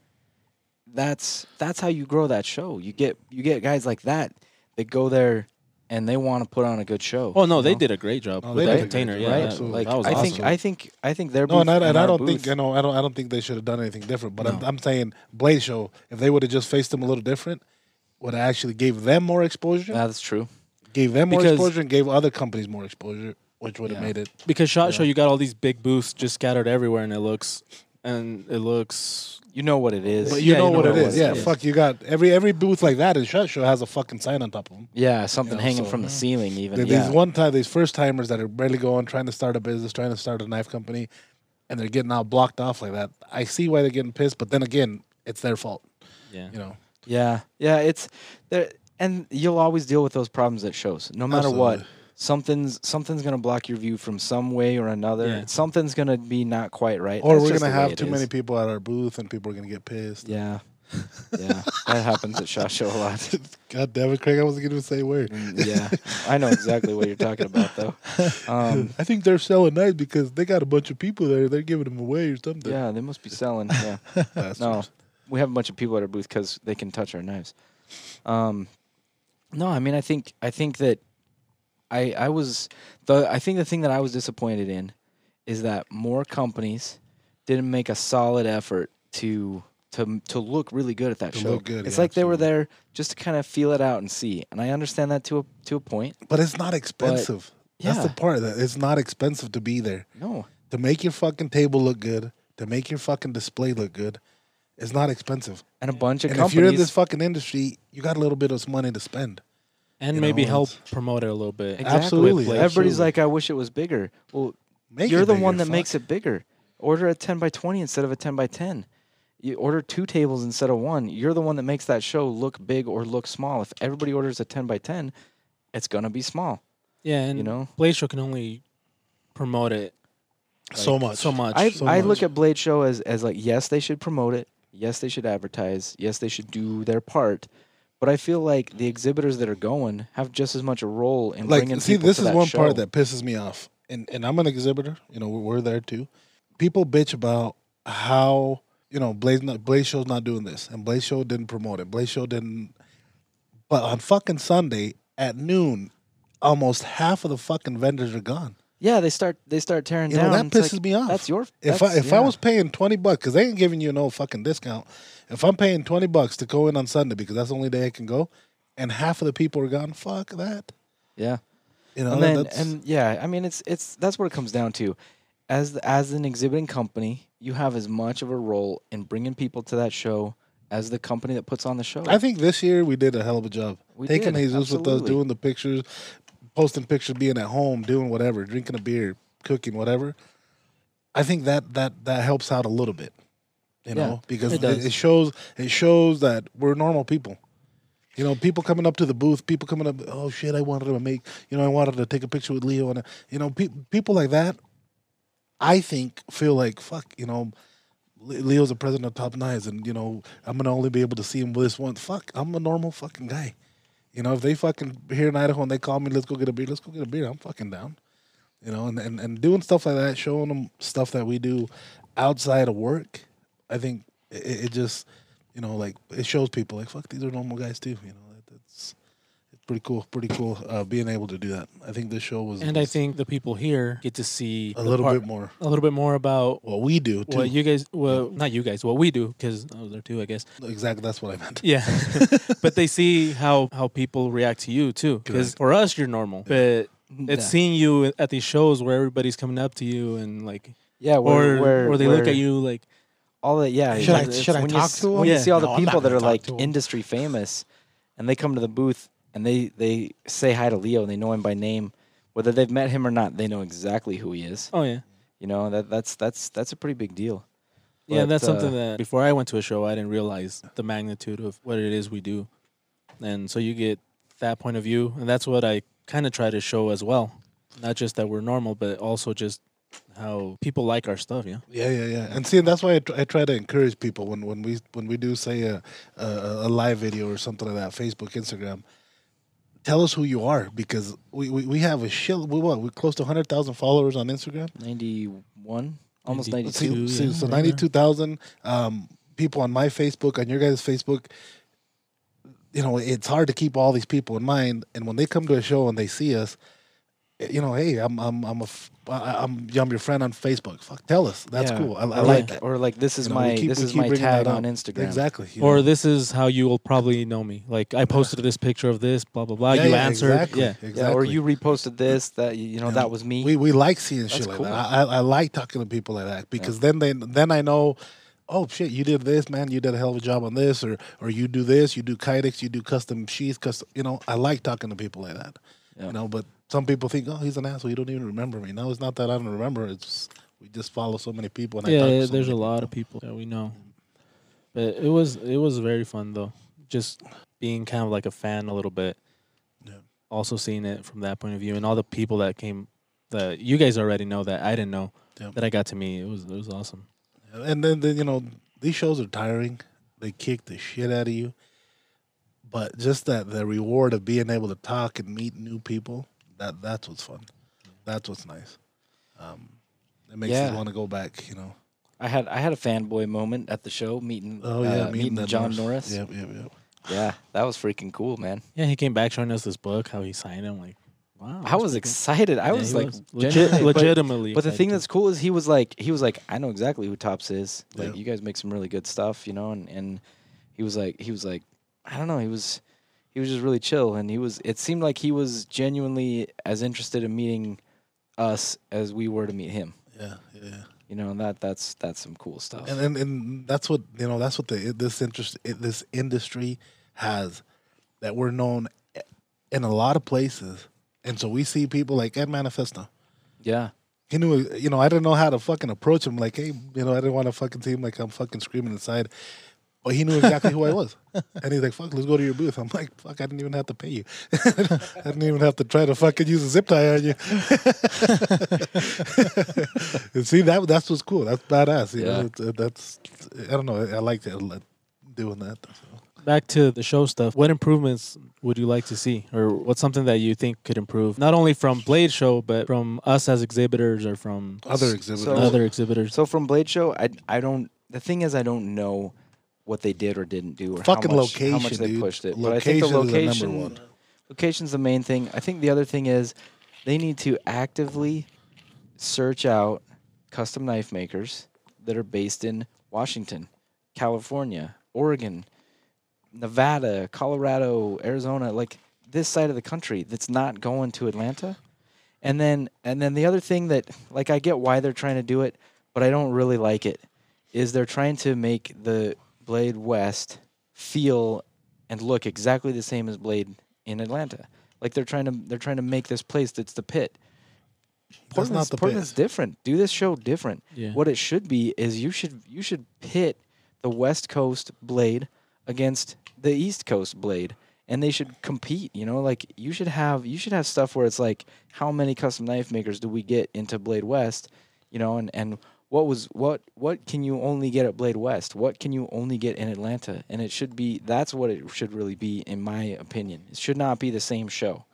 D: that's that's how you grow that show. You get you get guys like that that go there and they want to put on a good show.
C: Oh no, they
D: you know?
C: did a great job
A: No,
C: with
A: they
C: that
A: did a great
C: container.
A: job,
C: Yeah,
A: right?
C: that,
A: Absolutely.
D: Like
C: that was
D: I
C: awesome.
D: think I think I think their
A: No,
D: booth
A: and I, and I
D: our
A: don't
D: booth,
A: think I know I don't I don't think they should have done anything different. But I'm, I'm saying Blade Show, if they would have just faced them a little different, would have actually gave them more exposure,
D: Yeah, that's true.
A: gave them more
C: because-
A: exposure, and gave other companies more exposure, which would have
D: Yeah.
A: made it.
C: because shot show, you got all these big booths just scattered everywhere, and it looks and it looks
D: You know what it is.
A: But you
C: Yeah,
A: know what it is, yeah. Fuck, you got every every booth like that in Shut Show has a fucking sign on top of them.
D: Yeah, something
A: know,
D: hanging
A: so-
D: from the ceiling even.
A: There-
D: yeah.
A: These one time, these first timers that are barely going, trying to start a business, trying to start a knife company, and they're getting all blocked off like that. I see why they're getting pissed, but then again, it's their fault.
C: yeah.
A: You know,
D: Yeah, yeah, it's there, and you'll always deal with those problems at shows, no matter what.
A: Absolutely.
D: Something's something's gonna block your view from some way or another.
C: Yeah.
D: Something's gonna be not quite right.
A: or
D: That's
A: we're
D: just
A: gonna
D: the way
A: have
D: it
A: too
D: is.
A: many people at our booth, and people are gonna get pissed.
D: Yeah, yeah, that happens at shot show a lot. Mm,
A: God damn it, Craig! I wasn't gonna say a word.
D: yeah, I know exactly what you're talking about though. Um,
A: I think they're selling knives because they got a bunch of people there. They're giving them away or something.
D: yeah, they must be selling. Yeah.
A: Bastards.
D: No, we have a bunch of people at our booth because they can touch our knives. Um, no, I mean, I think I think that I I was the I think the thing that I was disappointed in is that more companies didn't make a solid effort to to to look really good at that
A: To
D: show.
A: look good,
D: it's
A: yeah,
D: like they were there just to kind of feel it out and see, and I understand that to a to a point.
A: but it's not expensive. That's the
D: yeah.
A: part that it's not expensive to be there.
D: No,
A: to make your fucking table look good, to make your fucking display look good, it's not expensive.
D: and a bunch of
A: and
D: companies.
A: if you're in this fucking industry, you got a little bit of money to spend.
C: and
A: You
C: maybe
A: know,
C: help
A: it's-
C: promote it a little bit.
D: Exactly.
A: Absolutely,
C: With, like,
D: Everybody's
A: absolutely.
D: like, I wish it was bigger. Well,
A: Make
D: you're
A: it
D: the
A: bigger,
D: one that
A: fuck.
D: makes it bigger. Order a 10 by 20 instead of a 10 by 10. You order two tables instead of one. You're the one that makes that show look big or look small. If everybody orders a 10 by 10, it's going to be small.
C: Yeah, and
D: you know?
C: Blade Show can only promote it
A: so much,
C: so much.
D: I,
A: so
D: I
A: much.
D: look at Blade Show as, as like, yes, they should promote it. Yes, they should advertise. Yes, they should do their part. But I feel like the exhibitors that are going have just as much a role in
A: Like,
D: bringing
A: see,
D: people
A: this
D: to
A: is
D: that
A: one
D: show.
A: part that pisses me off, and and I'm an exhibitor. You know, we're, we're there too. People bitch about how you know Blaze not, Blaze Show's not doing this, and Blaze Show didn't promote it. Blaze Show didn't. But on fucking Sunday at noon, almost half of the fucking vendors are gone.
D: yeah, they start they start tearing
A: You
D: down.
A: know that
D: It's like,
A: pisses me off.
D: That's your.
A: If I
D: that's-
A: if I
D: yeah.
A: was paying twenty bucks, because they ain't giving you no fucking discount. If I'm paying twenty bucks to go in on Sunday because that's the only day I can go, and half of the people are gone, fuck that.
D: yeah.
A: You know,
D: and then
A: that's,
D: and yeah, I mean it's it's that's what it comes down to. As the, as an exhibiting company, you have as much of a role in bringing people to that show as the company that puts on the show.
A: I think this year we did a hell of a job.
D: We
A: Taking
D: did,
A: Jesus with us,
D: absolutely.
A: doing the pictures, posting pictures, being at home, doing whatever, drinking a beer, cooking, whatever. I think that that that helps out a little bit. You
D: Yeah,
A: know, because
C: it
A: it,
C: does.
A: it shows it shows that we're normal people. You know, people coming up to the booth, people coming up, oh shit, I wanted to make, you know, I wanted to take a picture with Leo and uh, you know, pe- people like that I think feel like fuck, you know, Le- Leo's the president of Top Knives, and you know I'm gonna only be able to see him this once. Fuck, I'm a normal fucking guy. You know, if they fucking here in Idaho and they call me, let's go get a beer, let's go get a beer. I'm fucking down. you know, and, and, and doing stuff like that, showing them stuff that we do outside of work, I think it, it just, you know, like it shows people like, fuck, these are normal guys too. You know, that, that's it's pretty cool, pretty cool uh, being able to do that. I think this show was,
C: And I think the people here get to see
A: a
C: the
A: little
C: part-
A: bit more
C: a little bit more about
A: what we do too.
C: what you guys, well, not you guys, what we do, because I was there too, I guess.
A: exactly, that's what I meant.
C: Yeah, but they see how how people react to you too. Because
A: Correct.
C: for us, you're normal, but it's
D: Yeah.
C: seeing you at these shows where everybody's coming up to you and like,
D: Yeah, where,
C: or
D: where
C: or they look
D: where
C: at you like,
D: All that, yeah.
E: Should I-
D: it's-
E: should I
D: when you
E: talk
D: s-
E: to 'em?
D: When you
C: Yeah.
D: see all
E: No,
D: the
E: I'm not
D: people that
E: gonna
D: are like
E: talk to 'em.
D: industry famous, and they come to the booth and they they say hi to Leo and they know him by name, whether they've met him or not, they know exactly who he is.
C: oh yeah,
D: You know that that's that's that's a pretty big deal.
C: yeah.
D: But,
C: That's
D: uh,
C: something that before I went to a show, I didn't realize the magnitude of what it is we do, and so you get that point of view, and that's what I kind of try to show as well. Not just that we're normal, but also just how people like our stuff. Yeah,
A: Yeah, yeah, yeah. And see, and that's why I, tr- I try to encourage people when, when we when we do say a, a a live video or something like that, Facebook, Instagram. Tell us who you are because we, we, we have a shit. We what? We close to hundred thousand followers on Instagram.
D: Ninety one, almost ninety
C: 92.
D: two.
A: See, see, so
C: yeah.
A: ninety two thousand um, people on my Facebook, on your guys' Facebook. You know, it's hard to keep all these people in mind, and when they come to a show and they see us, you know, hey, I'm I'm I'm a f- I- I'm I'm your friend on Facebook. Fuck, tell us. That's cool. I, I like that.
D: Or like this is
A: You know, we
D: my
A: keep-
D: this
A: we
D: is
A: keep
D: my
A: bringing that
D: tag on
A: up.
D: Instagram.
A: Exactly. you
C: Or
A: know.
C: this is how you will probably know me. Like I posted this picture of this, blah blah blah.
A: Yeah,
C: uh, you
A: yeah,
C: answered,
A: Exactly,
C: yeah.
A: Exactly.
D: Yeah, or you reposted this that you you know
A: Yeah.
D: that was me.
A: We we like seeing shit
D: That's
A: like
D: cool.
A: that. I, I I like talking to people like that because then they then I know. Oh shit! You did this, man. You did a hell of a job on this, or or you do this. You do kydex. You do custom sheets. Custom, you know. I like talking to people like that.
D: Yeah.
A: You know, but some people think, oh, he's an asshole. You don't even remember me. No, it's not that I don't remember. It's we just follow so many people. And I
C: Yeah,
A: talk to so
C: there's a
A: many
C: lot of people that we know. But it was it was very fun though. Just being kind of like a fan a little bit.
A: Yeah.
C: Also seeing it from that point of view and all the people that came that you guys already know that I didn't know
A: Yeah.
C: that I got to meet. It was it was awesome.
A: And then, then you know these shows are tiring. They kick the shit out of you. But just that the reward of being able to talk and meet new people that that's what's fun. That's what's nice. Um, it makes
D: Yeah.
A: you want to go back. You know.
D: I had I had a fanboy moment at the show meeting
A: Oh yeah,
D: uh, meeting,
A: that
D: John Norris.
A: Yep, yep, yep.
D: Yeah, that was freaking cool, man.
C: Yeah, he came back showing us this book, how he signed it. I'm like, wow.
D: I was excited. I
C: Yeah,
D: was
C: he
D: like
C: legit,
D: genuinely- but-
C: legitimately.
D: But, the thing that's cool is he was like he was like I know exactly who Tops is. Like
A: Yeah.
D: you guys make some really good stuff, you know, and and he was like he was like I don't know, he was he was just really chill and he was it seemed like he was genuinely as interested in meeting us as we were to meet him.
A: Yeah, yeah. yeah.
D: You know, and that that's that's some cool stuff.
A: And, and and that's what you know. That's what the this interest this industry has that we're known eh, in a lot of places, and so we see people like Ed Manifesto.
D: yeah.
A: he knew, you know, I didn't know how to fucking approach him. Like, hey, you know, I didn't want to fucking see him like I'm fucking screaming inside. But he knew exactly who I was. And he's like, fuck, let's go to your booth. I'm like, fuck, I didn't even have to pay you. I didn't even have to try to fucking use a zip tie on you. and see, that that's what's cool. That's badass. You
D: Yeah.
A: know, It's- uh, that's, I don't know. I like that, like, doing that. So.
C: back to the show stuff. What improvements would you like to see, or what's something that you think could improve, not only from Blade Show, but from us as exhibitors, or from
A: Other exhibitors.
D: so-
C: other exhibitors?
D: So from Blade Show, I I don't. The thing is, I don't know what they did or didn't do, or
A: fucking
D: how much,
A: location,
D: how much they
A: dude.
D: pushed it.
A: Location
D: but I think the
A: is the
D: location,
A: number one.
D: location's the main thing. I think the other thing is, they need to actively search out custom knife makers that are based in Washington, California, Oregon, Nevada, Colorado, Arizona, like this side of the country that's not going to Atlanta. And then and then the other thing that like I get why they're trying to do it, but I don't really like it is they're trying to make the Blade West feel and look exactly the same as Blade in Atlanta. Like they're trying to they're trying to make this place that's the pit.
A: That's not
D: Portland's,
A: the
D: Portland's
A: best.
D: different. Do this show different.
C: Yeah.
D: What it should be is you should you should pit the West Coast blade against the East Coast blade, and they should compete. You know, like you should have you should have stuff where it's like, how many custom knife makers do we get into Blade West? You know, and and what was what what can you only get at Blade West? What can you only get in Atlanta? And it should be that's what it should really be, in my opinion. It should not be the same show.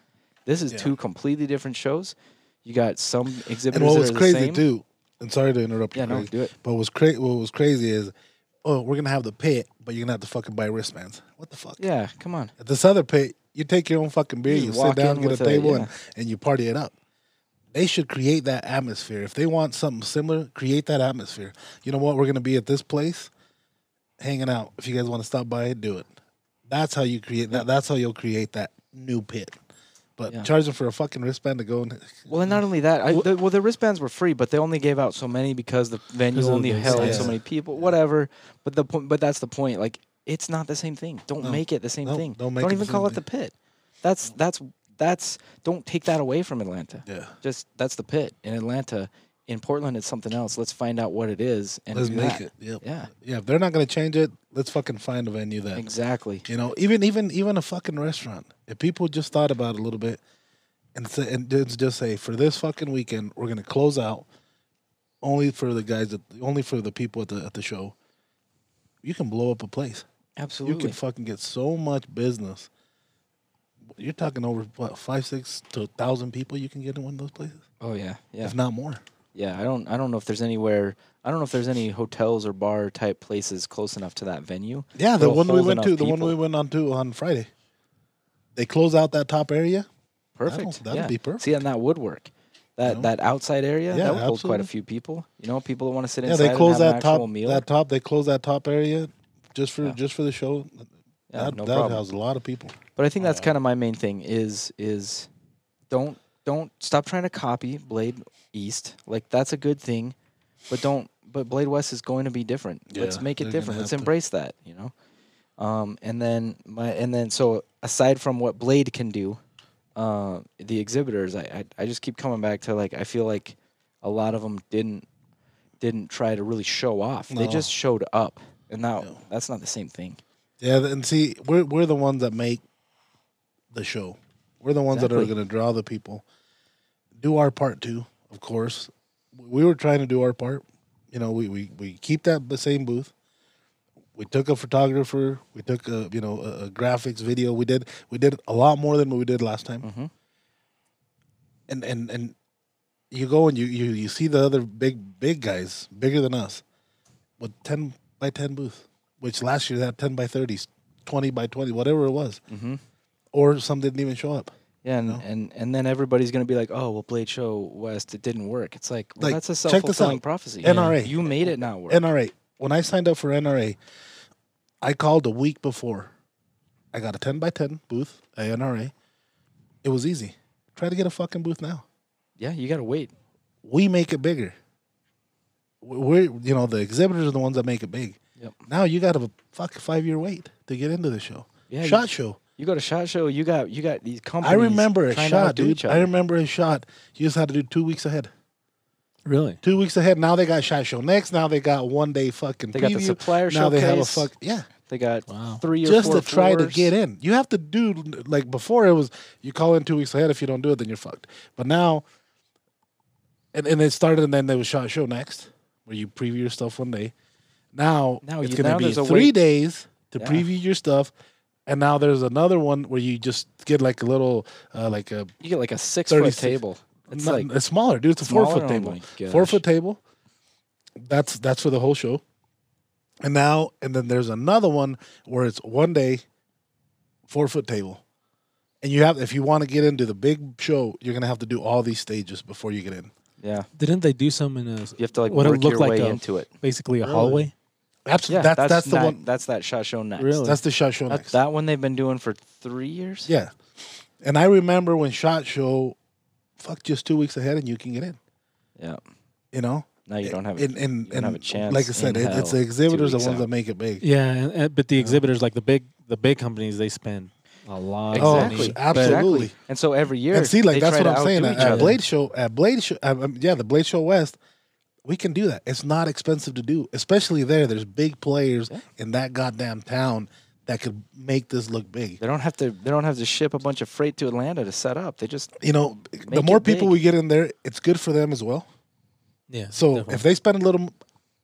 D: This is two completely different shows. You got some exhibitors.
A: And what
D: that
A: was
D: are the
A: crazy
D: same.
A: too, and sorry to interrupt you,
D: Yeah, no,
A: Craig,
D: do it.
A: but what was cra- what was crazy is, oh, we're gonna have the pit, but you're gonna have to fucking buy wristbands. What the fuck?
D: Yeah, come on.
A: At this other pit, you take your own fucking beer,
D: You
A: you, sit
D: walk
A: down,
D: in
A: get a
D: with a-
A: table, and,
D: yeah.
A: and you party it up. They should create that atmosphere. If they want something similar, create that atmosphere. You know what? We're gonna be at this place, hanging out. If you guys want to stop by, do it. That's how you create that. That's how you'll create that new pit. But
D: Yeah.
A: charging for a fucking wristband to go and
D: Well, and
A: Mm.
D: not only that, I, the, well, the wristbands were free, but they only gave out so many because the venue
C: Because of
D: only
C: the
D: held so
A: size.
D: many people. Whatever. But the point, but that's the point. Like, it's not the same thing. Don't
A: No.
D: make it the same
A: No,
D: thing.
A: don't make it the
D: even
A: same
D: call it the
A: thing.
D: pit. That's that's that's. Don't take that away from Atlanta.
A: yeah.
D: Just that's the pit in Atlanta. In Portland, it's something else. Let's find out what it is and
A: Let's
D: do
A: make
D: that.
A: it. Yep.
D: Yeah,
A: Yeah, if they're not gonna change it, let's fucking find a venue that
D: exactly.
A: you know, even even even a fucking restaurant. If people just thought about it a little bit and say, and just just say for this fucking weekend we're gonna close out only for the guys that only for the people at the at the show, you can blow up a place.
D: Absolutely.
A: You can fucking get so much business. You're talking over what, five, six to a thousand people you can get in one of those places,
D: oh yeah, yeah.
A: if not more.
D: Yeah, I don't I don't know if there's anywhere I don't know if there's any hotels or bar type places close enough to that venue.
A: Yeah, the
D: that'll
A: one we
D: hold
A: went to,
D: enough
A: the one
D: people.
A: we went on to on Friday. They close out that top area.
D: perfect.
A: that'll
D: yeah.
A: be perfect.
D: See, and that would work. That
A: know?
D: that outside area
A: Yeah,
D: that would hold quite a
A: absolutely.
D: few people. You know, people that want to sit
A: Yeah,
D: inside
A: they close
D: and have
A: that
D: an actual
A: top
D: meal.
A: that top. They close that top area just for
D: Yeah.
A: just for the show.
D: yeah,
A: that
D: no
A: that
D: problem.
A: housed a lot of people.
D: But I think that's kind of my main thing is is don't don't stop trying to copy Blade East. Like that's a good thing, but don't but Blade West is going to be different. Let's
A: Yeah,
D: make it
A: they're gonna
D: different. Let's
A: have to.
D: embrace that, you know. Um and then my and then so aside from what Blade can do, uh the exhibitors I I, I just keep coming back to like I feel like a lot of them didn't didn't try to really show off. They
A: No.
D: just showed up. And now that's not the same thing.
A: Yeah, and see, we're we're the ones that make the show. We're the ones that
D: Exactly.
A: are going to draw the people. Do our part too, of course. We were trying to do our part. You know, we we, we keep that b- same booth. We took a photographer. We took a you know a, a graphics video. We did we did a lot more than what we did last time.
D: Mhm.
A: And and and you go and you, you you see the other big big guys bigger than us with 10 by 10 booth, which last year they had 10 by 30s, 20 by 20, whatever it was.
D: Mhm.
A: Or some didn't even show up.
D: Yeah, and, and and then everybody's gonna be like, "Oh, well, Blade Show West, it didn't work." It's like, well,
A: Like,
D: that's a
A: check this out.
D: self-fulfilling prophecy.
A: NRA.
D: you made it not work.
A: NRA. When I signed up for NRA, I called a week before. I got a 10 by 10 booth at NRA. It was easy. Try to get a fucking booth now.
D: yeah, you gotta wait.
A: We make it bigger. We're, you know, the exhibitors are the ones that make it big.
D: Yep.
A: Now you got a fuck five year wait to get into the show.
D: Yeah, you-
A: Shot show.
D: You go to Shot Show, you got you got these companies.
A: I remember a
D: trying to
A: shot,
D: outdo
A: dude.
D: each
A: I
D: other.
A: remember a shot. You just had to do two weeks ahead.
C: Really?
A: Two weeks ahead. Now they got shot show next. Now they got one day fucking.
D: They got the
A: preview.
D: supplier
A: Now they have a
D: showcase.
A: fuck. Yeah,
D: They got
C: Wow.
D: three or
A: just
D: four
A: to try to
D: floors.
A: get in. You have to do like before. It was you call in two weeks ahead. If you don't do it, then you're fucked. But now, and and it started, and then they was shot show next, where you preview your stuff one day. Now,
D: Now
A: it's
D: you-
A: going to
D: now
A: be
D: there's a
A: three
D: wait.
A: days to
D: Yeah.
A: preview your stuff. And now there's another one where you just get like a little, uh, like a
D: You get like a six
A: 36.
D: foot table. It's
A: not-
D: like
A: it's smaller, dude. It's a four
D: smaller?
A: foot
D: Oh
A: table.
D: my gosh.
A: four foot table. That's that's for the whole show. And now and then there's another one where it's one day, four foot table. And you have if you want to get into the big show, you're gonna have to do all these stages before you get in.
D: yeah,
C: Didn't they do some in a
D: you have to like
C: What it
D: work
C: looked
D: your
C: like
D: way
C: a-
D: into it.
C: basically a
A: Really?
C: hallway?
A: Absolutely,
D: Yeah,
A: that's, that's the
D: not-
A: one.
D: That's that Shot Show next.
C: Really?
A: That's the shot show
D: That,
A: next.
D: that one they've been doing for three years.
A: Yeah, and I remember when shot show, fuck, just two weeks ahead, and you can get in.
D: yeah.
A: You know,
D: Now you don't have
A: and,
D: you
A: and,
D: don't have
A: and
D: a chance.
A: Like I said,
D: in
A: it, it's
D: hell
A: the exhibitors
D: two
A: the
D: weeks
A: ones
D: out.
A: that make it big.
C: Yeah, and, and- but the exhibitors, like the big the big companies, they spend a lot.
A: Oh,
C: Of money.
A: sh- absolutely.
D: And so every year,
A: And see,
D: they
A: like that's
D: try
A: what
D: to
A: I'm saying.
D: outdo
A: At,
D: each
A: at
D: other.
A: Blade Show, at Blade Show, um, um, yeah, the Blade Show West, we can do that. It's not expensive to do, especially there. There's big players in that goddamn town that could make this look big.
D: They don't have to. They don't have to ship a bunch of freight to Atlanta to set up. They just
A: You know, the
D: Make
A: more
D: it big.
A: people we get in there, it's good for them as well.
C: Yeah.
A: So
C: definitely.
A: if they spend a little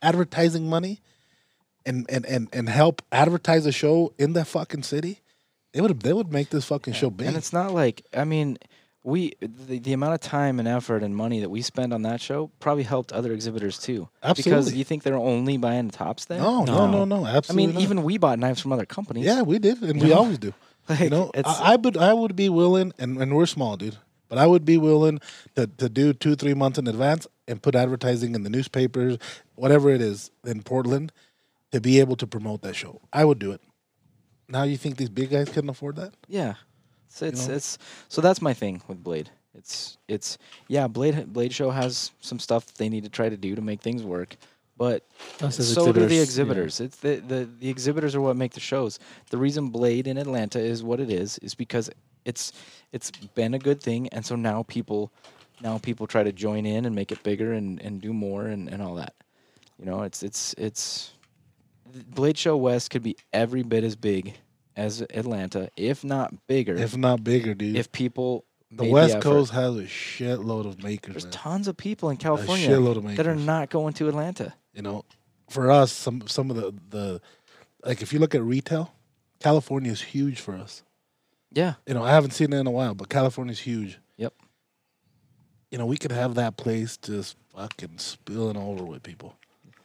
A: advertising money and and and and help advertise a show in that fucking city, they would they would make this fucking show big.
D: and it's not like I mean, we the, the amount of time and effort and money that we spend on that show probably helped other exhibitors too. Because
A: Absolutely.
D: you think they're only buying the tops there?
A: No, no,
C: No.
A: no, no.
D: I
A: Absolutely.
D: mean,
A: not.
D: even we bought knives from other companies.
A: yeah, we did, and we
D: No.
A: always do.
D: like,
A: You know,
D: it's,
A: I, I would, I would be willing, and, and we're small, dude. But I would be willing to, to do two, three months in advance and put advertising in the newspapers, whatever it is in Portland, to be able to promote that show. I would do it. Now you think these big guys couldn't afford that?
D: yeah. It's it's,
A: know?
D: it's so that's my thing with Blade. It's it's yeah, Blade Blade Show has some stuff that they need to try to do to make things work, but
C: Us as
D: so do the
C: yeah.
D: exhibitors. It's the, the the exhibitors are what make the shows. The reason Blade in Atlanta is what it is is because it's it's been a good thing, and so now people now people try to join in and make it bigger and, and do more and, and all that. You know, it's it's it's Blade Show West could be every bit as big as Atlanta, if not bigger, if,
A: If not bigger, dude.
D: people
A: the
D: made
A: West
D: effort.
A: Coast has a shitload of makers.
D: There's
A: man.
D: tons of people in
A: A
D: California
A: shitload of makers.
D: that are not going to Atlanta.
A: you know, for us, some some of the the like if you look at retail, California is huge for us.
D: Yeah.
A: You know, I haven't seen it in a while, but California's huge.
D: Yep.
A: You know, we could have that place just fucking spilling over with people.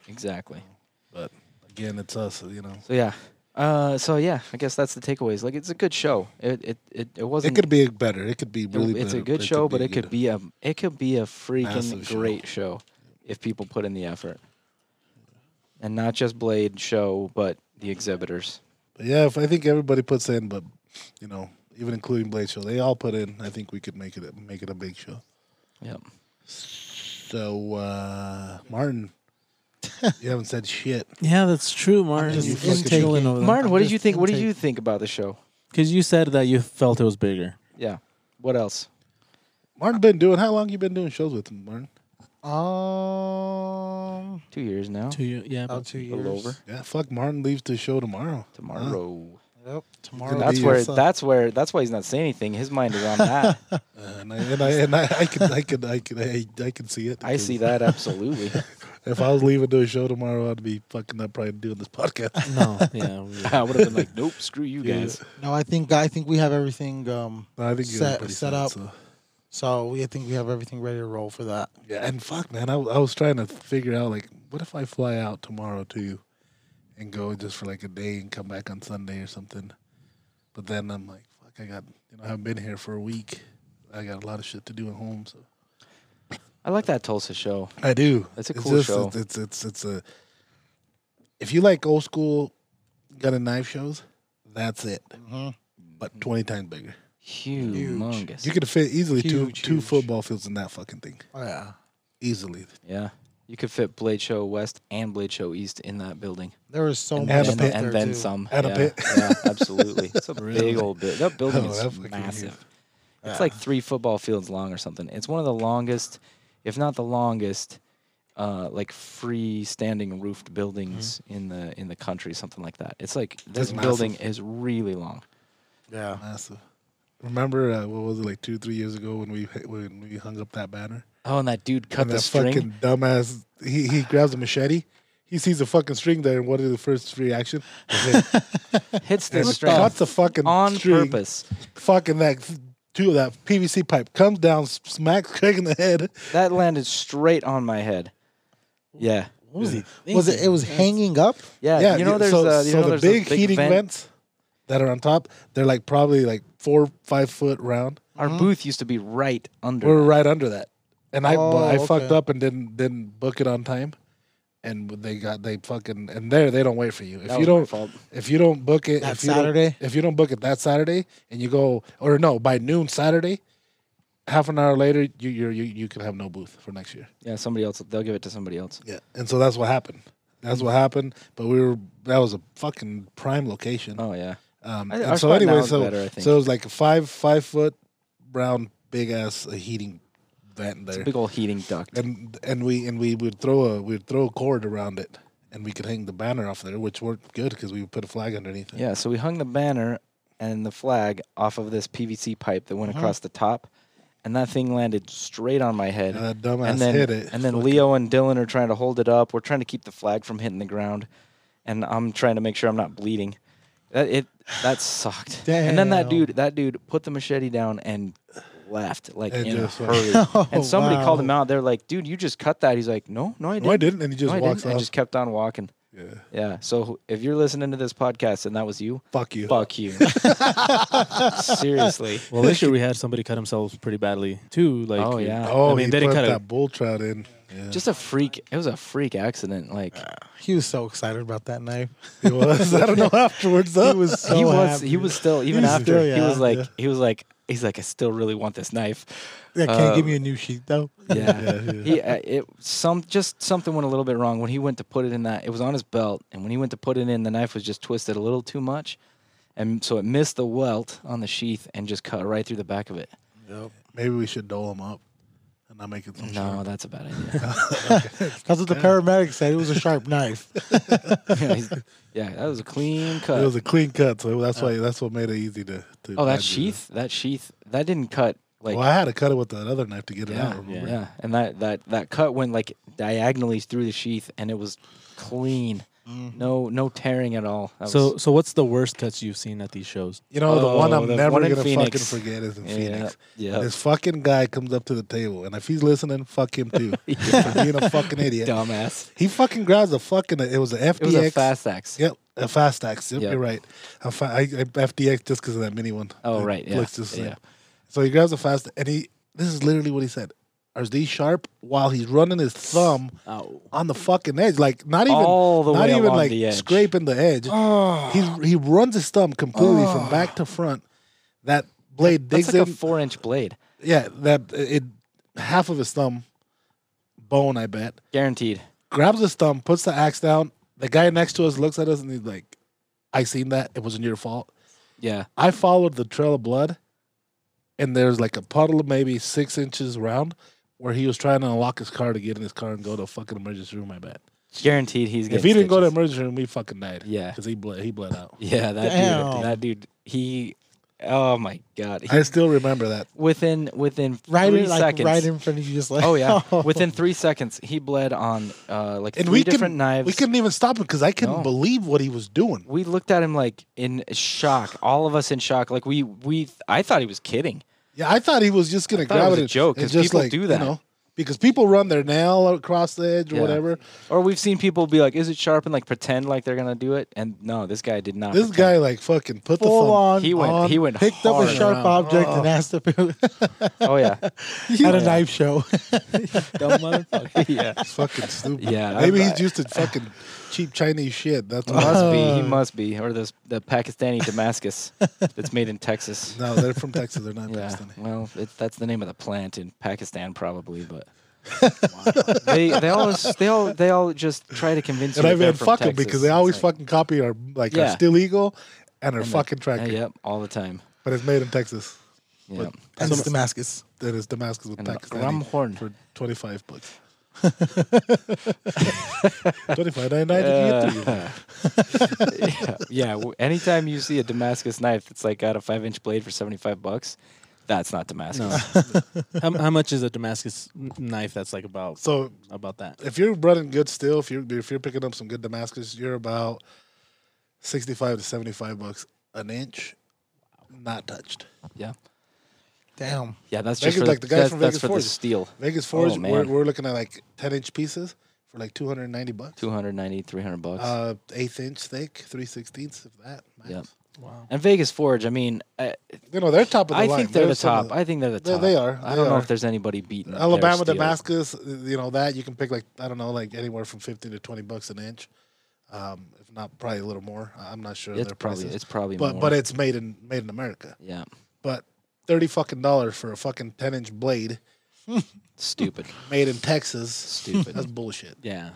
D: Exactly.
A: But again, it's us, you know.
D: So yeah. Uh, so yeah, I guess that's the takeaways. Like it's a good show. It it it, it
A: It
D: wasn't.
A: could be better. It could be
D: it-
A: really.
D: it's a
A: better,
D: good show, but it
A: good.
D: could be a it could be a freaking
A: Massive show.
D: great show. if people put in the effort, and not just Blade show, but the exhibitors.
A: But yeah, if I think everybody puts in, but you know, even including Blade Show, they all put in. I think we could make it a- make it a big show.
D: Yep.
A: So, uh Martin, you haven't said shit.
C: Yeah, that's true, Martin.
A: just
C: You
A: fucking
C: fucking chilling
A: joking.
C: over there.
D: Martin, what did
E: just
D: you think? What did
E: intake.
D: you think about the show?
C: Because you said that you felt it was bigger.
D: Yeah. What else?
A: Martin been doing how long you been doing shows with him, Martin?
E: Um,
D: Two years now.
C: Two, year- yeah,
E: about
C: but
E: two
D: a little
E: years.
D: over.
A: Yeah, fuck Martin leaves the show tomorrow.
D: Tomorrow.
E: Yep. Tomorrow.
A: That'd
D: That's
A: be
D: where.
E: it's, uh,
D: That's where. That's why he's not saying anything. His mind is on that.
A: Uh, and I and I and I, I could I could I could I, I could see it.
D: I see that absolutely.
A: If I was leaving to a show tomorrow, I'd be fucking up probably doing this podcast.
C: no, yeah, we-
D: I would have been like, nope, screw you
A: Yeah.
D: guys.
E: No, I think I think we have everything. Um,
A: No, I think you're
E: Set-
A: pretty
E: set
A: set
E: up.
A: so.
E: so we I think we have everything ready to roll for that.
A: Yeah, and fuck, man, I, I was trying to figure out like, what if I fly out tomorrow too, and go just for like a day and come back on Sunday or something. But then I'm like, fuck, I got you know I haven't been here for a week. I got a lot of shit to do at home, so
D: I like that Tulsa show.
A: I do.
D: It's a cool show.
A: It's, it's it's it's a. If you like old school, gun and knife shows, that's it.
E: Mm-hmm.
D: Mm-hmm.
A: But twenty times bigger.
D: Humongous.
A: You could fit easily
E: Huge,
A: two two
E: huge.
A: football fields in that fucking thing.
E: Oh yeah,
A: Easily.
D: yeah. You could fit Blade Show West and Blade Show East in that building.
E: there was so
A: And
E: much
A: a
D: and,
E: stuff
A: pit.
E: there
D: and then
E: too.
D: some.
A: And a
D: yeah,
A: pit.
D: yeah, absolutely. It's a big old bit. That building
A: Oh, that
D: is
A: fucking
D: massive.
A: huge.
D: It's like three football fields long or something. It's one of the longest, if not the longest, uh, like freestanding roofed buildings in the in the country, something like that. It's like this
A: Mm-hmm. massive.
D: building is really long.
E: Yeah,
A: Massive. Remember uh, what was it like two three years ago when we when we hung up that banner?
D: Oh, and that dude cut
A: and
D: the
A: that
D: string.
A: fucking dumbass he he grabs a machete. He sees a fucking string there, and what is the first reaction?
D: hits the
A: And
D: string
A: cuts the fucking
D: on
A: string.
D: purpose.
A: fucking that two of that PVC pipe comes down, smacks Craig in the head.
D: That landed straight on my head. Yeah.
C: what was he?
E: was it? It
C: thinking?
E: was hanging up.
D: Yeah, you know there's
A: so,
D: uh, you
A: so
D: know
A: the
D: there's
A: big,
D: those big
A: heating
D: vent-
A: vents that are on top. They're like probably like four five foot round.
D: Our booth used to be right under.
A: We Mm-hmm. were right under that, and I
E: Oh,
A: I fucked
E: okay.
A: up and didn't didn't book it on time, and they got they fucking and there they don't wait for you if
D: That
A: you
D: was my
A: don't
D: fault.
A: if you don't book it
E: That
A: if you don't-
E: Saturday?
A: if you don't book it that Saturday and you go or no by noon Saturday. Half an hour later, you you're, you you could have no booth for next year.
D: Yeah, somebody else. They'll give it to somebody else.
A: Yeah, and so that's what happened. That's what happened. But we were that was a fucking prime location.
D: Oh yeah.
A: Um,
D: I-
A: and
D: our
A: so
D: spot now
A: anyway,
D: is
A: so
D: better, I think.
A: so it was like a five five foot round big ass uh, heating vent
D: It's a
A: there,
D: big old heating duct.
A: and and we and we would throw a we'd throw a cord around it, and we could hang the banner off there, which worked good because we would put a flag underneath it.
D: Yeah, so we hung the banner and the flag off of this PVC pipe that went
A: Mm-hmm.
D: across the top, and that thing landed straight on my head.
A: And that dumbass
D: and then,
A: hit it.
D: And then
A: Fucking-
D: Leo and Dylan are trying to hold it up. We're trying to keep the flag from hitting the ground, and I'm trying to make sure I'm not bleeding. That it that sucked. And then that
E: Damn.
D: dude, that dude put the machete down and left, like
A: And
D: in a
A: just went-
D: hurry.
E: Oh,
D: and somebody called
E: wow.
D: him out. They're like, "Dude, you just cut that." He's like, "No, no, I didn't.
A: No, I didn't. And he
D: No,
A: just
D: I
A: walks
D: didn't. I
A: off.
D: just kept on walking."
A: yeah.
D: Yeah. So if you're listening to this podcast and that was you,
A: Fuck you.
D: fuck you. Seriously.
C: Well, this year we had somebody cut themselves pretty badly too. Like,
D: Oh, yeah.
A: Oh,
C: I mean,
A: he
C: they didn't
A: put
C: cut
A: that
C: it.
A: bull trout in. Yeah.
D: Just a freak. It was a freak accident. Like
E: He was so excited about that knife.
A: it was. I don't know afterwards
E: He
A: though.
E: was so
D: he was.
E: happy.
D: He was still even
E: was
D: after.
E: still-
D: he
E: yeah,
D: was like.
E: yeah.
D: He was like. He's like. I still really want this knife.
E: Yeah, can't give
D: um,
E: me a new sheet though.
D: Yeah.
A: Yeah, yeah.
D: He. Uh, it. Some. Just something went a little bit wrong when he went to put it in that. It was on his belt, and when he went to put it in, the knife was just twisted a little too much, and so it missed the welt on the sheath and just cut right through the back of it.
A: Maybe we should dole him up and not make it so
D: No,
A: sharp.
D: that's a bad idea.
E: That's what the paramedic said. It was a sharp knife.
D: He's- yeah, that was a clean cut.
A: It was a clean cut, so that's why that's what made it easy to. to
D: oh, that
A: manage it.
D: sheath. That sheath. That didn't cut like.
A: well, I had to cut it with that other knife to get it out.
D: yeah,
A: Remember?
D: yeah. and that, that that cut went like diagonally through the sheath, and it was clean, no no tearing at all. That
C: So,
D: was-
C: so what's the worst cuts you've seen at these shows?
A: You know, the one
D: Oh,
A: I'm
D: the
A: never
D: one in
A: gonna fucking
D: Phoenix.
A: forget is in
D: Yeah,
A: Phoenix.
D: yeah.
A: This fucking guy comes up to the table, and if he's listening, fuck him too for being a fucking idiot.
D: dumbass.
A: He fucking grabs a fucking. It was a FTX.
D: It was a fast axe.
A: Yep, a fast axe. Yep,
D: Yep.
A: you're right. A fa- I, I FDX just because of that mini one.
D: Oh,
A: It
D: right, yeah,
A: Looks the same.
D: yeah.
A: So he grabs a fast, and he. This is literally what he said. Are these sharp? While he's running his thumb
C: Oh,
A: on the fucking edge, like not even,
D: All the
A: not
D: way
A: even
D: along
A: like
D: the edge. Ah.
A: scraping the edge. He he runs his thumb completely from back to front. That blade
D: That's
A: digs
D: like a
A: in.
D: four inch blade,
A: yeah, that it half of his thumb bone, I bet
D: guaranteed.
A: grabs his thumb, puts the axe down. The guy next to us looks at us and he's like, I seen that. It wasn't your fault.
D: Yeah,
A: I followed the trail of blood and there's like a puddle of maybe six inches round where he was trying to unlock his car to get in his car and go to a fucking emergency room, I bet.
D: guaranteed. He's
A: If
D: getting
A: he didn't go to
D: stitches.
A: emergency room, he fucking died.
D: Yeah.
A: Because he bled, he bled out.
D: yeah, that
E: Damn.
D: dude, that dude, he, oh my god, He-
A: I still remember that.
D: within within
E: Right
D: three
E: in, like,
D: seconds.
E: right in front of you, just like
D: Oh yeah, within three seconds, he bled on uh, like
A: And
D: three
A: we
D: different
A: couldn't,
D: knives.
A: we couldn't even stop him because I couldn't
D: No.
A: believe what he was doing.
D: we looked at him like in shock. All of us in shock. Like we we I thought he was kidding.
A: Yeah, I thought he was just gonna
D: thought it
A: grab
D: was a
A: and-
D: joke,
A: and
D: 'cause
A: just
D: people
A: like,
D: do
A: you
D: that.
A: know, because people run their nail across the edge or
D: Yeah.
A: whatever.
D: Or we've seen people be like, "Is it sharp?" and like pretend like they're gonna do it. And no, this guy did not.
A: This
D: pretend.
A: guy like fucking put the
E: full
A: phone.
E: on.
D: he went
E: on,
D: he went
E: picked
D: hard.
E: up a sharp
A: around.
E: object and asked if it was-
D: Oh yeah,
E: at a knife show.
C: dumb motherfucker!
D: yeah.
A: It's fucking stupid.
D: Yeah,
A: Maybe
D: I'm-
A: he's used to fucking cheap Chinese shit. That's why.
D: Must be he must be or the the Pakistani Damascus that's made in Texas.
A: no, they're from Texas. They're not
D: Yeah,
A: Pakistani.
D: well, it, that's the name of the plant in Pakistan, probably. But they they always they all they all just try to convince
A: And
D: you.
A: I've
D: that they're
A: been
D: from
A: fuck 'em
D: Texas.
A: because they
D: It's
A: always
D: like-
A: fucking copy our like our
D: Yeah.
A: still eagle and our
D: and the-
A: fucking
D: yeah,
A: tracker,
D: Yep, all the time.
A: but it's made in Texas.
D: Yeah,
E: and it's Damascus.
A: That is Damascus with
D: and a
A: Pakistani
D: rum horn.
A: for twenty five bucks. Twenty five ninety nine.
D: Uh, yeah, yeah. w- Anytime you see a Damascus knife that's like got a five inch blade for seventy five bucks, that's not Damascus.
C: how, how much is a Damascus n- knife? That's like about
A: So
C: about that.
A: if you're running good still, if you're if you're picking up some good Damascus, you're about sixty five to seventy five bucks an inch, not touched.
D: Yeah,
E: Damn.
D: yeah. That's
A: Vegas-
D: just for
A: like the guys
D: that's,
A: from
D: that's
A: Vegas
D: for the
A: Forge.
D: steel.
A: Vegas Forge,
D: Oh,
A: we're,
D: man.
A: we're looking at like 10 inch pieces for like 290 bucks.
D: 290, 300 bucks.
A: Uh, eighth inch thick, three sixteenths of that. Max.
D: Yep.
C: Wow.
D: and Vegas Forge, I mean, I,
A: You know, they're top of the
D: I
A: line.
D: think they're the
A: some of
D: top. I think they're the
A: They-
D: top.
A: they are.
D: I
A: They
D: don't know
A: are.
D: if there's anybody beating their
A: Alabama,
D: steel.
A: Damascus, uh, you know, that you can pick like, I don't know, like anywhere from 15 to 20 bucks an inch. Um, if not, probably a little more. I- I'm not sure.
D: It's
A: their
D: probably
A: prices.
D: it's probably
A: but,
D: more.
A: but it's made in made in America.
D: yeah,
A: But 30 fucking dollars for a fucking 10 inch blade
D: stupid,
A: made in Texas.
D: stupid.
A: That's bullshit.
C: Yeah.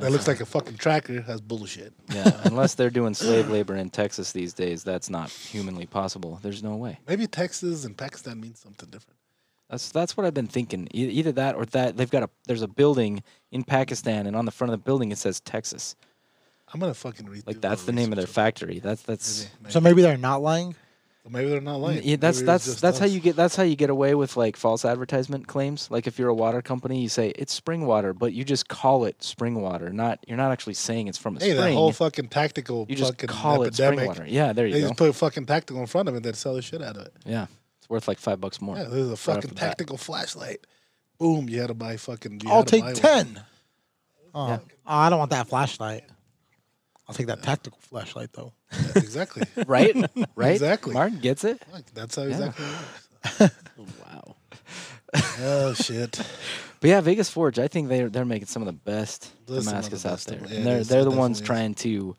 A: That looks like a fucking tracker. That's bullshit.
D: yeah, unless they're doing slave labor in Texas these days, that's not humanly possible. There's no way.
A: Maybe Texas and Pakistan means something different.
D: That's that's what I've been thinking. E- either that or that they've got a there's a building in Pakistan, and on the front of the building it says Texas.
A: I'm gonna fucking read.
D: Like that's the name of their factory. That's that's.
A: Maybe,
E: So maybe they're not lying.
A: maybe they're not lying.
D: Yeah, that's
A: Maybe it's
D: that's
A: just
D: that's how
A: us.
D: you get that's how you get away with like false advertisement claims. Like if you're a water company, you say it's spring water, but you just call it spring water. Not you're not actually saying it's from a
A: Hey, that
D: spring.
A: whole fucking tactical
D: you just
A: fucking
D: call it spring
A: epidemic.
D: water. Yeah, there
A: They
D: you go.
A: just put fucking tactical in front of it. They sell the shit out of it.
D: yeah, it's worth like five bucks more.
A: Yeah, there's a
D: off
A: fucking
D: the bat.
A: tactical flashlight. Boom, you had to buy fucking. you
E: I'll
A: had to
E: take
A: buy one.
E: ten. Oh, oh, I don't want that flashlight. I'll take that tactical flashlight though.
A: Yeah, exactly.
D: Right? right?
A: Exactly.
D: Martin gets it.
A: Fuck, That's how exactly. it works.
C: Wow.
A: Oh shit.
D: But yeah, Vegas Forge, I think they're they're making some of the best
A: Those are some of the
D: Damascus out
A: best,
D: there.
A: yeah,
D: and they're
A: it is,
D: they're
A: it
D: the ones
A: definitely
D: trying to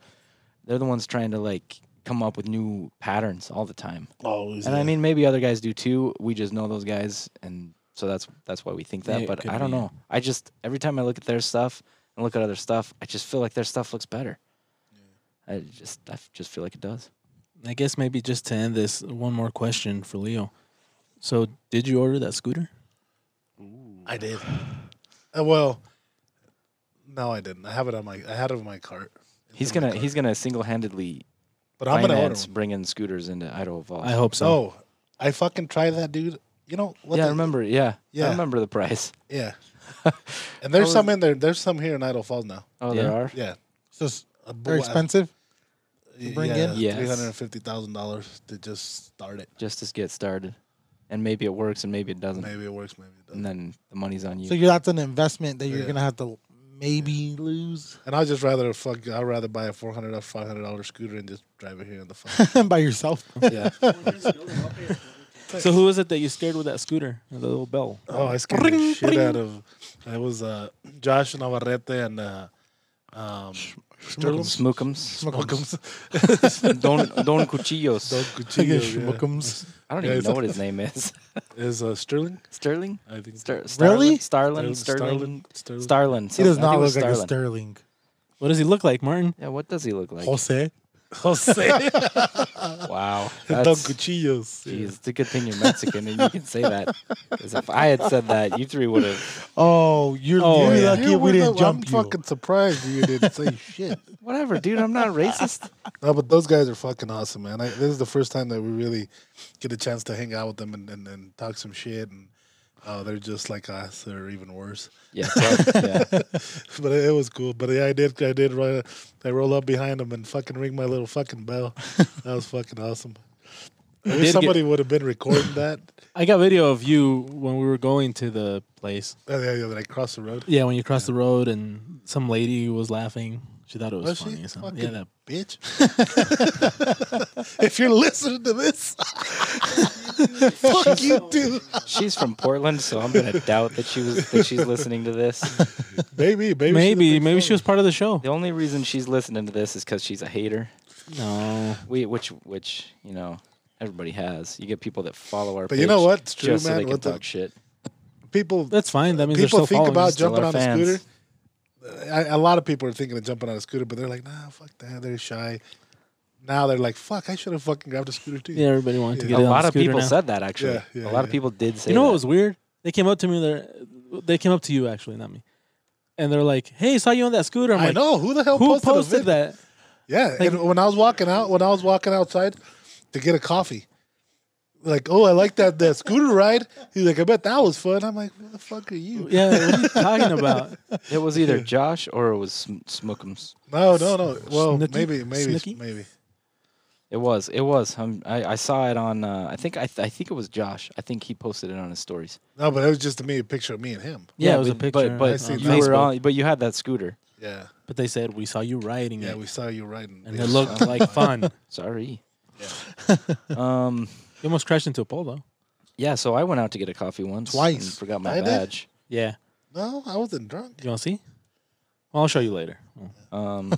D: they're the ones trying to like come up with new patterns all the time.
A: Always.
D: And I
A: yeah.
D: mean maybe other guys do too. We just know those guys and so that's that's why we think that.
C: Yeah, it
D: but
C: could
D: I don't
C: be, yeah.
D: know. I just every time I look at their stuff and look at other stuff, I just feel like their stuff looks better. I just I just feel like it does.
C: I guess maybe just to end this, one more question for Leo. So, did you order that scooter?
A: I did. Uh, well, no, I didn't. I have it on my. I had it in my cart. It's
D: He's
A: in my
D: gonna
A: cart.
D: he's gonna single handedly
A: But I'm gonna order.
D: finance
A: One.
D: bringing scooters into Idaho Falls.
C: I hope so.
A: So I fucking tried that, dude. You know what?
D: yeah, I
A: the-
D: remember. Yeah,
A: Yeah.
D: I remember the price.
A: Yeah. and there's
D: was-
A: some in there. There's some here in Idle Falls now.
D: Oh,
C: Yeah.
D: there are.
A: Yeah.
E: So it's
A: A bo-
E: very expensive.
A: Yeah,
E: bring in?
D: Yes.
A: three hundred and fifty thousand dollars to just start it.
D: Just to get started, and maybe it works, and maybe it doesn't,
A: Maybe it works. Maybe it doesn't.
D: and then the money's on you.
E: So you that's an investment that you're
A: Yeah.
E: gonna have to maybe lose
A: And I'd just rather fuck. I'd rather buy a four hundred or five hundred dollar scooter and just drive it here in the fuck.
E: by yourself.
A: yeah.
C: So, who was it that you scared with that scooter? The little bell.
A: Oh, I scared the shit out of. It was uh, Josh Navarrete and uh, um, Sterling
D: Smookums,
A: Smokeums.
D: Don Don Cuchillos.
A: Don
E: Yeah.
A: Cuchillo. yeah.
E: Schmuckums.
D: I don't
A: Yeah,
D: even
A: it's-
D: know what his name is.
A: Is uh, Sterling?
D: Sterling.
A: I think.
D: Star-
E: Really?
D: Starlin. Starlin.
A: Starlin. Sterling.
D: Starlin.
E: He
D: So-
E: does
D: I
E: not
D: think it was
E: look like a
D: Starlin.
E: Sterling.
C: What does he look like, Martin?
D: Yeah, what does he look like?
E: Jose.
A: Jose.
D: Wow,
A: Don
D: that's
A: Cuchillos.
D: jeez. It's a good thing you're Mexican and you can say that. 'Cause if I had said that, you three would have.
E: Oh, you're,
C: Oh,
E: you're
C: yeah.
E: lucky
A: You
E: we
A: were
E: didn't
A: the-
E: jump
A: I'm
E: you.
A: fucking surprised you didn't say shit.
D: Whatever, dude. I'm not racist.
A: No, but those guys are fucking awesome, man. I, this is the first time that we really get a chance to hang out with them and, and, and talk some shit. And oh, they're just like us. They're even worse.
D: Yeah. so- yeah.
A: but it, it was cool. But yeah, I did. I did. Run, I roll up behind them and fucking ring my little fucking bell. that was fucking awesome. I
C: did
A: wish
C: get-
A: somebody would have been recording that.
C: I got video of you when we were going to the place.
A: Oh, yeah, yeah, that I crossed the road.
C: Yeah, when you crossed the road and some lady was laughing. She thought it was,
A: Was she
C: funny. So. Yeah,
A: fucking-
C: that,
A: Bitch. if you're listening to this, fuck you too.
D: She's from Portland, so I'm gonna doubt that she was that she's listening to this.
A: Maybe, maybe,
C: maybe, maybe she was part of the show.
D: The only reason she's listening to this is because she's a hater.
C: No,
D: We, which, which, you know, everybody has. You get people that follow our.
A: But you know
D: page
A: what? It's true,
D: just so
A: man.
D: they can
A: What the-
D: talk shit.
A: people.
C: that's fine. That means they're
A: people
C: still
A: think
C: following
A: about
C: us.
D: still
A: jumping
D: our
A: on a
D: fans.
A: scooter. I, a lot of people are thinking of jumping on a scooter, but they're like, nah, fuck that. They're shy. Now they're like, fuck, I should have fucking grabbed a scooter too.
C: Yeah, everybody wanted to
A: Yeah.
D: A
C: get on the
D: lot of
C: scooter
D: people
C: now.
D: said that actually.
A: Yeah, yeah,
D: a lot of
A: yeah.
D: people did say.
C: You know
D: that.
C: what was weird? They came up to me. They they came up to you actually, not me. And they're like, "Hey, saw you on that scooter." I'm
A: I
C: like,
A: know. Who the hell
C: Who
A: posted, a
C: posted
A: vid-
C: that?
A: Yeah,
C: Like-
A: and when I was walking out, when I was walking outside to get a coffee, like, oh, I like that that scooter ride. He's like, I bet that was fun. I'm like, who the fuck are you?
C: Yeah, what are you talking about?
D: It was either Josh or it was Sm- Smookums.
A: No, no, no. Well,
C: Snooki?
A: maybe, maybe,
C: Snooki?
A: maybe.
D: It was. It was. Um, I, I saw it on. Uh, I think. I, th- I think it was Josh. I think he posted it on his stories.
A: No, but it was just to me a picture of me and him.
C: Yeah, it was a
D: but,
C: picture
D: But,
A: I
D: but
A: seen
D: you
A: that.
D: were
C: Facebook.
D: on. But you had that scooter.
A: Yeah,
C: But they said we saw you riding
A: yeah.
C: it,
A: We saw you riding,
C: and it looked like fun. You
D: Sorry.
A: Yeah.
D: um.
C: almost crashed into a pole though.
D: Yeah, so I went out to get a coffee once.
E: Twice.
D: And forgot my
A: I did?
D: badge.
C: Yeah,
A: No, I wasn't drunk.
C: you want to see? Well, I'll show you later.
D: Um,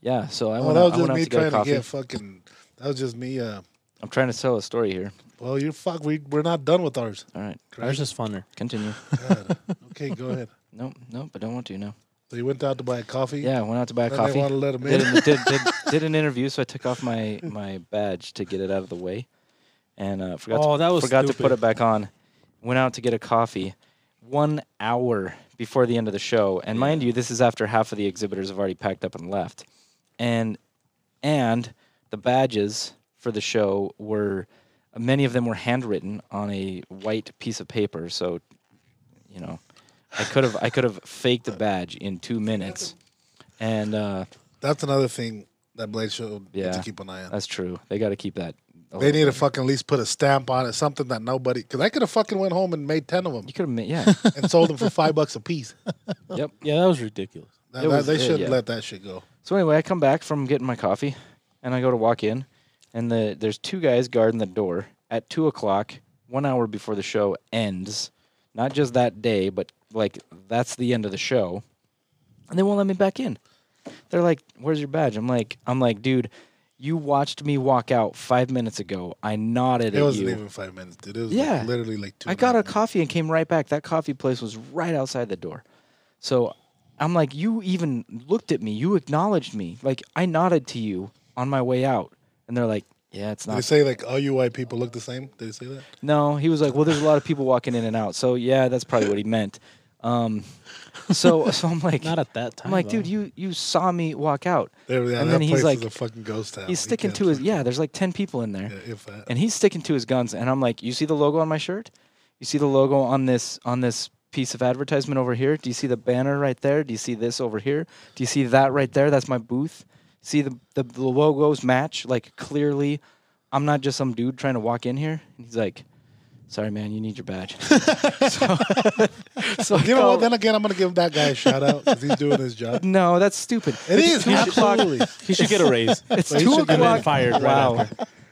D: yeah, so I
A: Oh,
D: went
A: that
D: out,
A: was
D: I went
A: just
D: out
A: me
D: to get
A: trying
D: a
A: to
D: coffee.
A: get fucking. That was just me. Uh,
D: I'm trying to tell a story here.
A: well, you're fuck. We we're not done with ours.
D: All right,
C: Ours is funner.
D: continue.
A: God. okay, go ahead.
D: nope, nope, I don't want to now.
A: So you went out to buy a coffee.
D: Yeah, I went out to buy a
A: And
D: coffee.
A: they want to let him
D: Did
A: in.
D: an, did, did, did an interview, so I took off my, my badge to get it out of the way, and uh, forgot
C: Oh,
D: to,
C: that was
D: forgot to put
C: stupid.
D: it back on. Went out to get a coffee, one hour before the end of the show, and mind you, this is after half of the exhibitors have already packed up and left, and and the badges for the show were many of them were handwritten on a white piece of paper, so you know. I could have I could have faked a badge in two minutes, and uh,
A: That's another thing that Blade showed
D: Yeah.
A: to keep an eye on.
D: that's true. They got to keep that a
A: They
D: little
A: need to
D: bit.
A: fucking at least put a stamp on it, something that nobody. Because I could have fucking went home and made ten of them
D: You could have made yeah.
A: and sold them for five bucks a piece.
D: yep.
C: Yeah, that was ridiculous.
A: That-
D: It
A: that-
D: was-
A: they
D: yeah,
A: shouldn't
D: yeah.
A: let that shit go.
D: So anyway, I come back from getting my coffee, and I go to walk in, and the there's two guys guarding the door at two o'clock, one hour before the show ends. Not just that day, but like that's the end of the show, and they won't let me back in. They're like, "Where's your badge?" I'm like, "I'm like, dude." You watched me walk out five minutes ago. I nodded
A: It
D: at
A: wasn't
D: you.
A: even five minutes, dude. It was
D: Yeah.
A: literally like two.
D: I
A: and
D: got a
A: half minutes.
D: coffee and came right back. That coffee place was right outside the door. So I'm like, you even looked at me. You acknowledged me. Like I nodded to you on my way out. And they're like, yeah, it's
A: Did it
D: not.
A: say like all you white people look the same? Did it say that?
D: No, he was like, well, there's a lot of people walking in and out. So yeah, that's probably what he meant. Um, so so I'm like,
C: Not at that time.
D: I'm like,
C: though.
D: dude, you you saw me walk out.
A: There, yeah,
D: And
A: that
D: then he's
A: place
D: like-
A: is a fucking ghost town.
D: He's
A: You
D: sticking
A: can't
D: to his
A: fucking-
D: yeah. There's like ten people in there.
A: yeah, if that.
D: and he's sticking to his guns and i'm like you see the logo on my shirt you see the logo on this on this piece of advertisement over here do you see the banner right there do you see this over here do you see that right there that's my booth see the the, the logos match like clearly i'm not just some dude trying to walk in here and he's like sorry man you need your badge so, so I
A: You know what?
D: go,
A: Then again, I'm gonna give that guy a shout out because he's doing his job.
D: no that's stupid
A: It
D: It's
A: is
D: two o'clock-
A: absolutely.
C: he should get a raise.
D: it's
A: Well, he
D: two
A: should get
D: o'clock
A: it
C: fired right
D: wow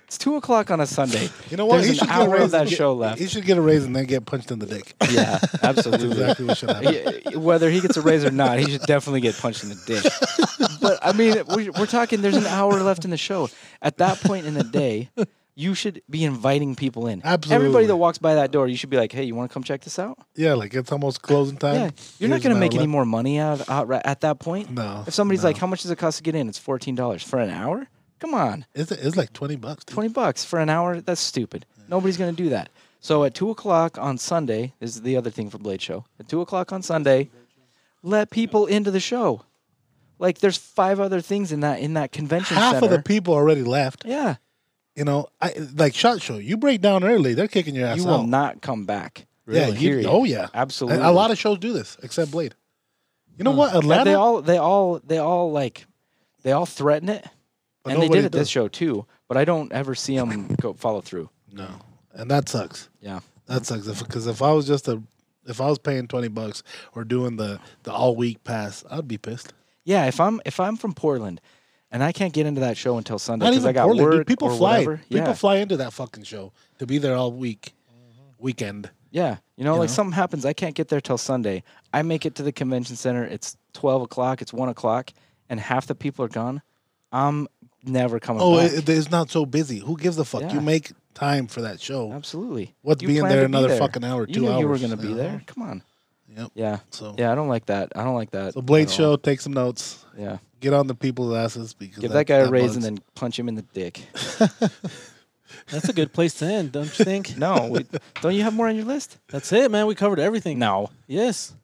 D: it's two o'clock on a sunday
A: You know what?
D: There's
A: he
D: an
A: should
D: hour
A: get a
D: of
A: raise.
D: that
A: and get-
D: show left.
A: He should get a raise and then get punched in the dick.
D: yeah
A: That's
D: absolutely
A: exactly what should happen.
D: Yeah, whether he gets a raise or not, he should definitely get punched in the dick. but I mean, we- we're talking. There's an hour left in the show. At that point in the day, you should be inviting people in. Everybody
A: Absolutely.
D: that walks by that door, you should be like, "Hey, you want to come check this out?"
A: Yeah, like it's almost closing time.
D: yeah, you're not
A: Um, Here's
D: going to
A: an
D: make
A: hour
D: any
A: left.
D: more money out, out ri- at that point.
A: No,
D: If somebody's
A: no.
D: like, "How much does it cost to get in?" It's fourteen dollars for an hour. Come on,
A: It's, it's like twenty bucks. Dude.
D: twenty bucks for an hour. That's stupid. Nobody's going to do that. So at two o'clock on Sunday this is the other thing for Blade Show. At two o'clock on Sunday, let people into the show. Like there's five other things in that in that convention
A: Half
D: center.
A: of the people already left.
D: yeah,
A: You know, I like shot show. You break down early, they're kicking your ass
D: you
A: out.
D: will not come back.
A: yeah,
D: Period.
A: you, oh yeah,
D: absolutely.
A: A, a lot of shows do this, except Blade. You know what?
D: But
A: Atlanta.
D: they all they all they all like they all threaten it,
A: but
D: and they
A: nobody
D: did it
A: does.
D: this show too. But I don't ever see them go follow through.
A: No, and that sucks.
D: Yeah,
A: That sucks because if I was just a, if I was paying twenty bucks or doing the the all week pass, I'd be pissed.
D: yeah. If I'm if I'm from Portland, and I can't get into that show until Sunday
A: Not
D: because
A: even
D: I got
A: Portland, dude.
D: word
A: People
D: or
A: fly.
D: whatever.
A: People
D: yeah.
A: fly into that fucking show to be there all week, weekend.
D: Yeah, you know, like
A: know?
D: something happens, I can't get there till Sunday. I make it to the convention center. It's twelve o'clock. It's one o'clock, and half the people are gone. I'm never coming
A: Oh,
D: back.
A: it, it's not so busy. Who gives a fuck?
D: Yeah.
A: You make time for that show.
D: Absolutely.
A: What's
D: You
A: being
D: planned
A: there
D: to be
A: another fucking hour,
D: you
A: two
D: knew You were
A: hours,
D: gonna be
A: you know?
D: there. Come on.
A: Yep.
D: Yeah.
A: So
D: Yeah, I don't like that. I don't like that.
A: so Blade
D: at all.
A: Show, take some notes.
D: Yeah.
A: Get on the people's asses because
D: Give that guy a raise
A: bugs.
D: and then punch him in the dick.
C: That's a good place to end, don't you think?
D: No, we, don't you have more on your list?
C: That's it, man. We covered everything.
D: No.
C: Yes.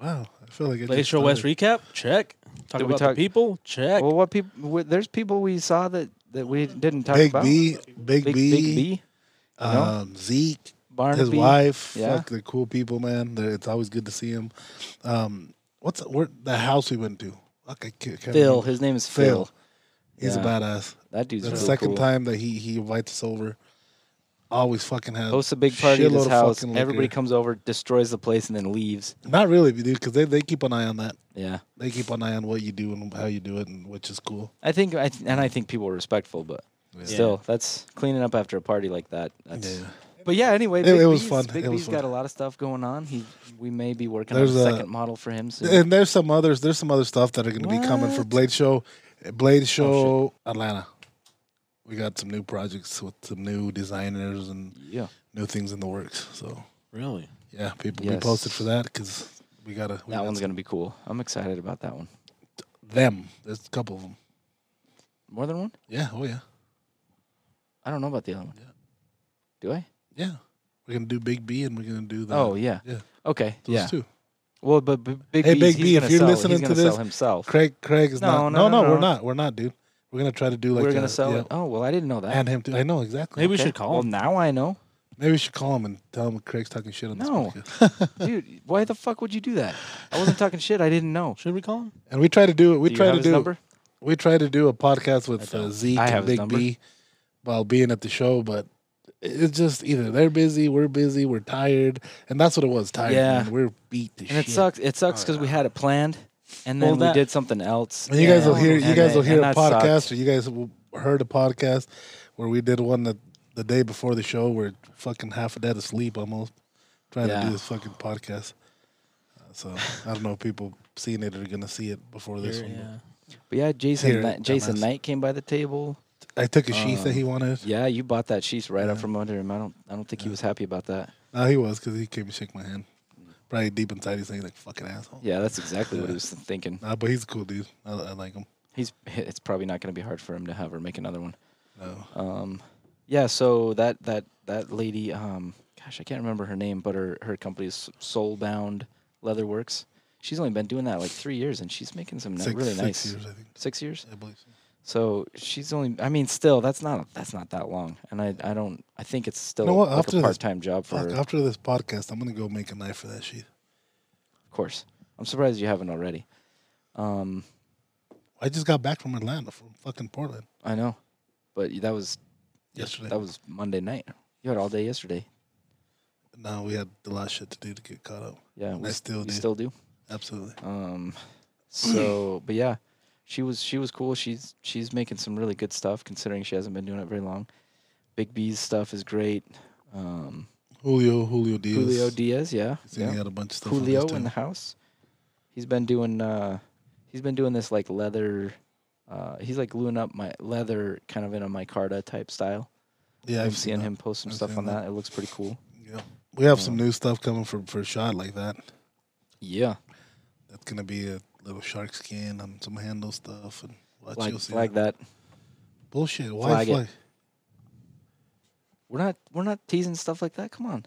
A: Wow, I feel like I
C: Blade
A: just
C: Show West
A: started.
C: recap. Check. Talk
D: Did we
C: about
D: talk-
C: the people. Check.
A: Oh.
D: Well, what people? There's people we saw that that we didn't talk
A: Big
D: about.
A: B, Big,
D: Big,
A: B,
D: Big B. you know?
A: um, Zeke,
D: Barnaby.
A: his wife.
D: yeah.
A: Fuck, they're cool people, man. They're, it's always good to see him. Um, what's where the house we went to? Fuck, I can't, can't
D: Phil.
A: remember.
D: His name is
A: Phil.
D: Phil.
A: He's a
D: yeah.
A: badass.
D: That dude's
A: That's the
D: real
A: second
D: cool.
A: time that he he invites us over. Always fucking has
D: Hosts a big party at
A: shitload
D: his
A: of
D: house.
A: fucking liquor.
D: Everybody comes over, destroys the place, and then leaves.
A: Not really, dude, because they, they keep an eye on that.
D: Yeah,
A: They keep an eye on what you do and how you do it, and which is cool.
D: I think, I th- and I think people are respectful, but still, that's cleaning up after a party like that. That's,
A: Yeah.
D: But yeah, anyway,
A: It-
D: Big
A: it was
D: B's-
A: fun.
D: Big
A: It was
D: B's got
A: fun.
D: a lot of stuff going on. He, we may be working
A: There's
D: on a
A: a-
D: second model for him soon.
A: And there's some others. There's some other stuff that are going to be coming for
D: What? Oh,
A: Blade Show, Blade Show Atlanta. We got some new projects with some new designers and
D: yeah,
A: new things in the works. So
C: really?
A: yeah, people be
D: Yes.
A: posted for that because we gotta. We
D: that
A: got
D: one's
A: some-
D: gonna be cool. I'm excited about that one.
A: them. There's a couple of them.
D: More than one?
A: Yeah. Oh yeah.
D: I don't know about the other one.
A: Yeah.
D: Do I?
A: Yeah. We're gonna do Big B and we're gonna do the.
D: oh yeah.
A: yeah.
D: Okay.
A: Those
D: yeah.
A: two.
D: Well, but, B- Big
A: Hey,
D: B's,
A: Big
D: he's
A: B, if
D: gonna
A: you're
D: sell,
A: listening
D: he's
A: to
D: gonna sell
A: this,
D: himself.
A: Craig. Craig is
D: No,
A: not.
D: no, no,
A: We're
D: no.
A: not. We're not, dude. We're gonna try to do like.
D: We're gonna
A: a-
D: sell
A: yeah,
D: it. Oh well, I didn't know that.
A: And him too. I know exactly.
C: Maybe we
D: Okay.
C: should call
D: Well,
C: him.
D: now I know.
A: Maybe we should call him and tell him Craig's talking shit on this
D: No.
A: podcast.
D: Dude, why the fuck would you do that? I wasn't talking shit. I didn't know.
C: Should we call him?
A: And we try to do we
D: Do you
A: try
D: have
A: to
D: his
A: do
D: number?
A: we try to do a podcast with uh, Zeke
D: I
A: and
D: have his
A: Big
D: number.
A: B, while being at the show, but it's just either they're busy, we're busy, we're tired, and that's what it was. Tired.
D: Yeah.
A: man. we're beat to
D: And
A: shit. Oh,
D: it sucks. It sucks because we had it planned, and then
C: Well, that-
D: we did something else.
A: And you guys will
D: Yeah.
A: hear. You
D: And
A: guys will
D: it-
A: hear
D: and
A: a
D: that sucked.
A: podcast, or you guys will heard a podcast where we did one the, the day before the show, where fucking half of that asleep almost trying to
D: Yeah.
A: do this fucking podcast. Uh, So I don't know if people seeing it are gonna see it before this one.
C: yeah.
D: But yeah, Jason.
A: Here,
D: Knight, Jason
A: dumbass.
D: Knight came by the table.
A: but I took a sheath
D: Um,
A: that he wanted.
D: Yeah, you bought that sheath right up
A: Yeah.
D: from under him. I don't. I don't think he was happy about that.
A: No, he was because he came and shook my hand. Probably deep inside, he's saying like fucking asshole.
D: Yeah, that's exactly what he was thinking.
A: Nah, but he's a cool dude. I, I like him.
D: He's. It's probably not going to be hard for him to have her make another one.
A: No.
D: Um, yeah. So that that that lady. Um, gosh, I can't remember her name, but her her company is Soulbound Leatherworks. She's only been doing that like three years, and she's making some
A: Six,
D: really
A: six
D: nice.
A: years, I think.
D: Six years.
A: I believe so.
D: So she's only. I mean, still, that's not that's not that long, and I I don't. I think it's still
A: know what?
D: like
A: After
D: a
A: this-
D: part time job for
A: Fuck,
D: her.
A: after this podcast, I'm gonna go make a knife for that sheath.
D: Of course, I'm surprised you haven't already. Um,
A: I just got back from Atlanta, from fucking Portland
D: I know, but that was
A: yesterday.
D: that was Monday night. You had all day yesterday.
A: No, we had a lot of shit to do to get caught up.
D: Yeah,
A: And
D: we
A: I
D: s-
A: still
D: we
A: do.
D: still do.
A: Absolutely.
D: Um, so but yeah, she was she was cool. She's she's making some really good stuff considering she hasn't been doing it very long. Big B's stuff is great. Um,
A: Julio, Julio Diaz.
D: Julio Diaz, yeah,
A: He's
D: yeah.
A: yeah. had a bunch of stuff. on
D: Julio
A: his
D: in the
A: too.
D: house. He's been doing uh he's been doing this like leather uh he's like gluing up my leather kind of in a micarta type style.
A: yeah,
D: I'm
A: I've
D: seeing
A: seen
D: him post some
A: I've
D: stuff
A: seen
D: on
A: that.
D: that. It looks pretty cool.
A: Yeah. We have some new stuff coming for for shot like that.
D: Yeah.
A: That's gonna be a little shark skin and some handle stuff and watch
D: Flag,
A: you'll see
D: flag
A: that.
D: that.
A: bullshit. Why
D: Flag
A: flag?
D: it. We're not we're not teasing stuff like that. Come on.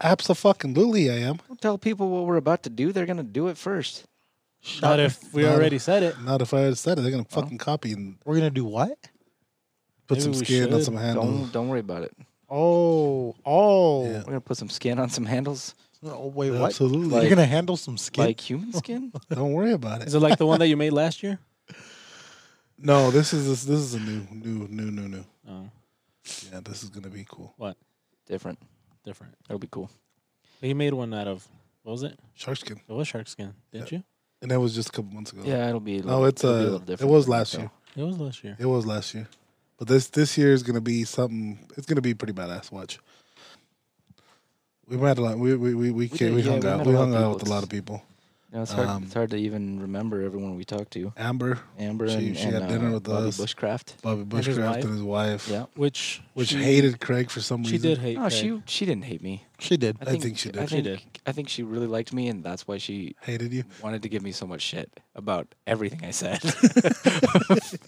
A: Absolutely, I am.
D: Don't tell people what we're about to do. They're gonna do it first.
C: But if we
A: Not-
C: already said it,
A: Not if I had said it, they're gonna fucking copy and
E: We're gonna do what?
A: put
C: Maybe
A: some
C: we
A: skin and
C: should.
A: some handle.
D: Don't don't worry about it.
E: Oh, oh,
A: Yeah.
D: We're gonna put some skin on some handles.
E: Oh, wait, what?
A: Absolutely.
E: You're gonna handle some skin.
D: Like human skin?
A: Don't worry about it.
C: is it like the one that you made last year?
A: No, this is this, this is a new new new new new.
C: Oh,
A: Yeah, this is gonna be cool.
D: Different.
C: different.
D: That'll be cool.
C: But you made one out of what was it?
A: Shark skin,
C: It was shark skin, didn't
A: and that was just a couple months ago.
D: Yeah, it'll be a little,
A: No, it's
D: it'll be a
A: uh,
D: little
A: it
D: different.
A: was last year.
C: you? It was last year.
A: It was last year, but this this year is gonna be something. It's gonna be pretty badass. Watch. We met a lot. We we we we, came,
D: did,
A: we
D: yeah,
A: hung
D: we
A: out.
D: met
A: We
D: a lot of
A: hung out
D: people.
A: with a lot of people.
D: No, it's hard.
A: Um,
D: it's hard to even remember everyone we talked to.
A: Amber,
D: Amber
A: She-
D: and,
A: she
D: and,
A: had dinner
D: uh,
A: with
D: Bobby
A: us.
D: Bushcraft.
A: Bobby
C: his
A: Bushcraft,
C: wife.
A: and his wife,
D: Yeah.
C: Which
A: which
C: she-
A: hated Craig for some
C: She
A: reason.
C: did hate.
D: No,
C: Craig.
D: she she didn't hate me.
E: she did.
A: I think she did.
D: I
C: She
D: think,
C: did.
D: I think she really liked me, and that's why she
A: hated you.
D: wanted to give me so much shit about everything I said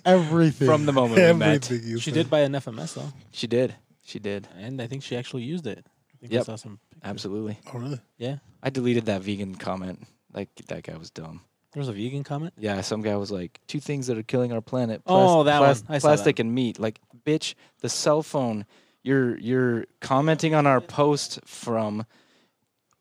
E: Everything.
D: from the moment we met.
A: Everything you
C: She
A: said.
C: did buy an FMS though,
D: She did. She did.
C: and I think she actually used it. I think I
D: Yep.
C: saw some. pictures.
D: Absolutely.
A: Oh really?
C: Yeah,
D: I deleted that vegan comment. Like that guy was dumb.
C: there was a vegan comment.
D: Yeah, some guy was like, two things that are killing our planet.
C: Oh, that
D: plas-
C: one. I saw that.
D: plastic and meat. Like, bitch, the cell phone. You're you're commenting on our post from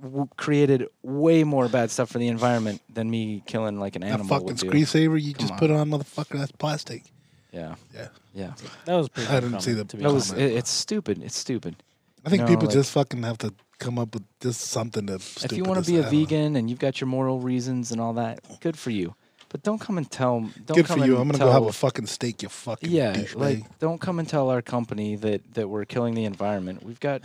D: w- created way more bad stuff for the environment than me killing like an
A: That
D: animal
A: fucking
D: would do.
A: screensaver you just
D: on.
A: put on, motherfucker. That's plastic.
D: Yeah,
A: Yeah.
D: yeah.
C: That was pretty.
A: I
C: good
A: didn't see
C: comment,
A: the-
C: to be
A: That
D: That was
C: honest.
A: comment.
D: it, it's stupid. It's stupid.
A: I think
D: No,
A: people
D: like-
A: just fucking have to come up with just something to.
D: if you want to be a vegan and you've got your moral reasons and all that, good for you. But don't come and tell. Don't
A: good
D: come
A: for you.
D: and
A: I'm gonna
D: tell,
A: go have a fucking steak. You fucking
D: yeah,
A: douchebag.
D: like don't come and tell our company that that we're killing the environment. We've got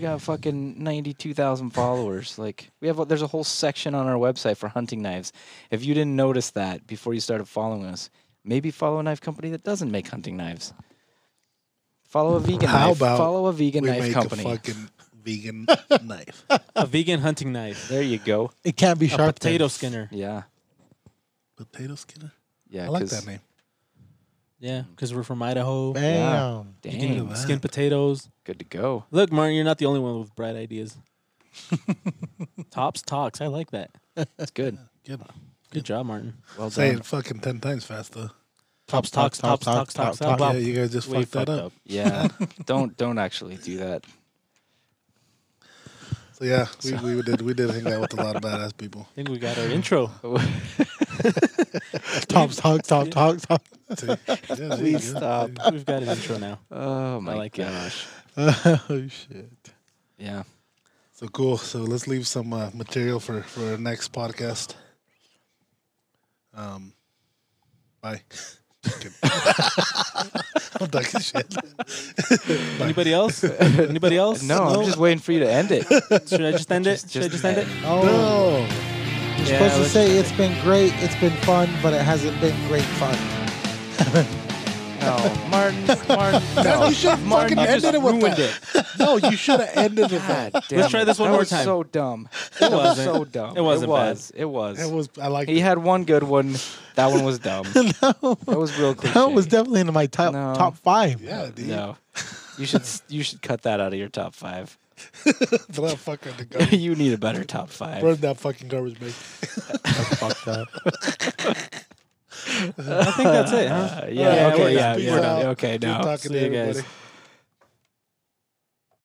D: got fucking ninety two thousand followers. Like we have there's a whole section on our website for hunting knives. If you didn't notice that before you started following us, maybe follow a knife company that doesn't make hunting knives. Follow a vegan
A: How
D: knife.
A: about
D: follow a vegan
A: we
D: knife
A: make
D: company.
A: a fucking vegan knife.
C: a vegan hunting knife,
D: there you go.
E: It can't be
C: a
E: sharp. then.
C: potato skinner.
D: Yeah.
A: Potato skinner.
D: Yeah.
A: I like
D: 'cause-
A: that name.
C: Yeah, because we're from Idaho.
E: Bam.
C: You
D: Dang.
C: can
A: Look at
C: skin
A: that.
C: potatoes.
D: Good to go.
C: Look, Martin, you're not the only one with bright ideas. Tops talks. I like that.
D: That's good.
A: Good.
C: Good job, Martin.
D: Well
A: Say
D: done.
A: it fucking ten times faster.
C: Tops talks. Tops talks. Tops
E: Top,
A: Yeah,
C: talks.
A: you guys just
C: We
A: fucked that
C: fucked
A: up.
C: up.
D: Yeah. don't don't actually do that.
A: So yeah, we, we did we did hang out with a lot of badass people.
C: I think we got our intro.
E: Top talk, top talk, top.
A: Please
D: stop.
C: We've got an intro now.
D: Oh my
C: like that.
D: gosh.
E: oh shit.
D: Yeah.
A: So cool. So let's leave some uh, material for for our next podcast. Um, bye. Kidding. I'm talking shit.
C: Anybody else? Anybody else?
D: No, I'm just waiting for you to end it.
C: Should I just end it?
D: Just-
C: Should I
D: just
C: just end it?
D: end
E: Oh,
A: No.
E: you're
C: Yeah,
E: supposed to
C: let's
E: say it's been great, it's been fun, but it hasn't been great fun.
D: No, Martin. Martin. No.
A: You should have
D: Martin,
A: fucking
D: you just
A: ended it with
D: ruined
A: that. No, you should have ended with
D: God
A: that.
D: damn
C: try
D: it.
C: this one
D: That
C: more
D: was
C: time.
D: So dumb.
C: It
D: That was
C: wasn't.
D: so dumb.
C: It wasn't
D: It was. It was.
A: It was. I like.
D: He had one good one. That one was dumb.
E: no,
D: That was real cliche.
E: that was definitely in my top
D: No.
E: top five.
A: Yeah, dude.
D: No. You should s- you should cut that out of your top five.
A: Throw that fucker in the garbage.
D: you need a better top five.
A: Burn that fucking garbage bag.
E: Fuck that.
C: I think that's it, huh?
D: Uh,
A: All right,
D: yeah.
C: okay,
A: guys,
D: okay. Uh, Yeah.
A: peace
D: yeah.
A: out.
D: Okay.
A: Keep
D: No.
A: talking
C: See
A: to
C: you guys.
A: everybody.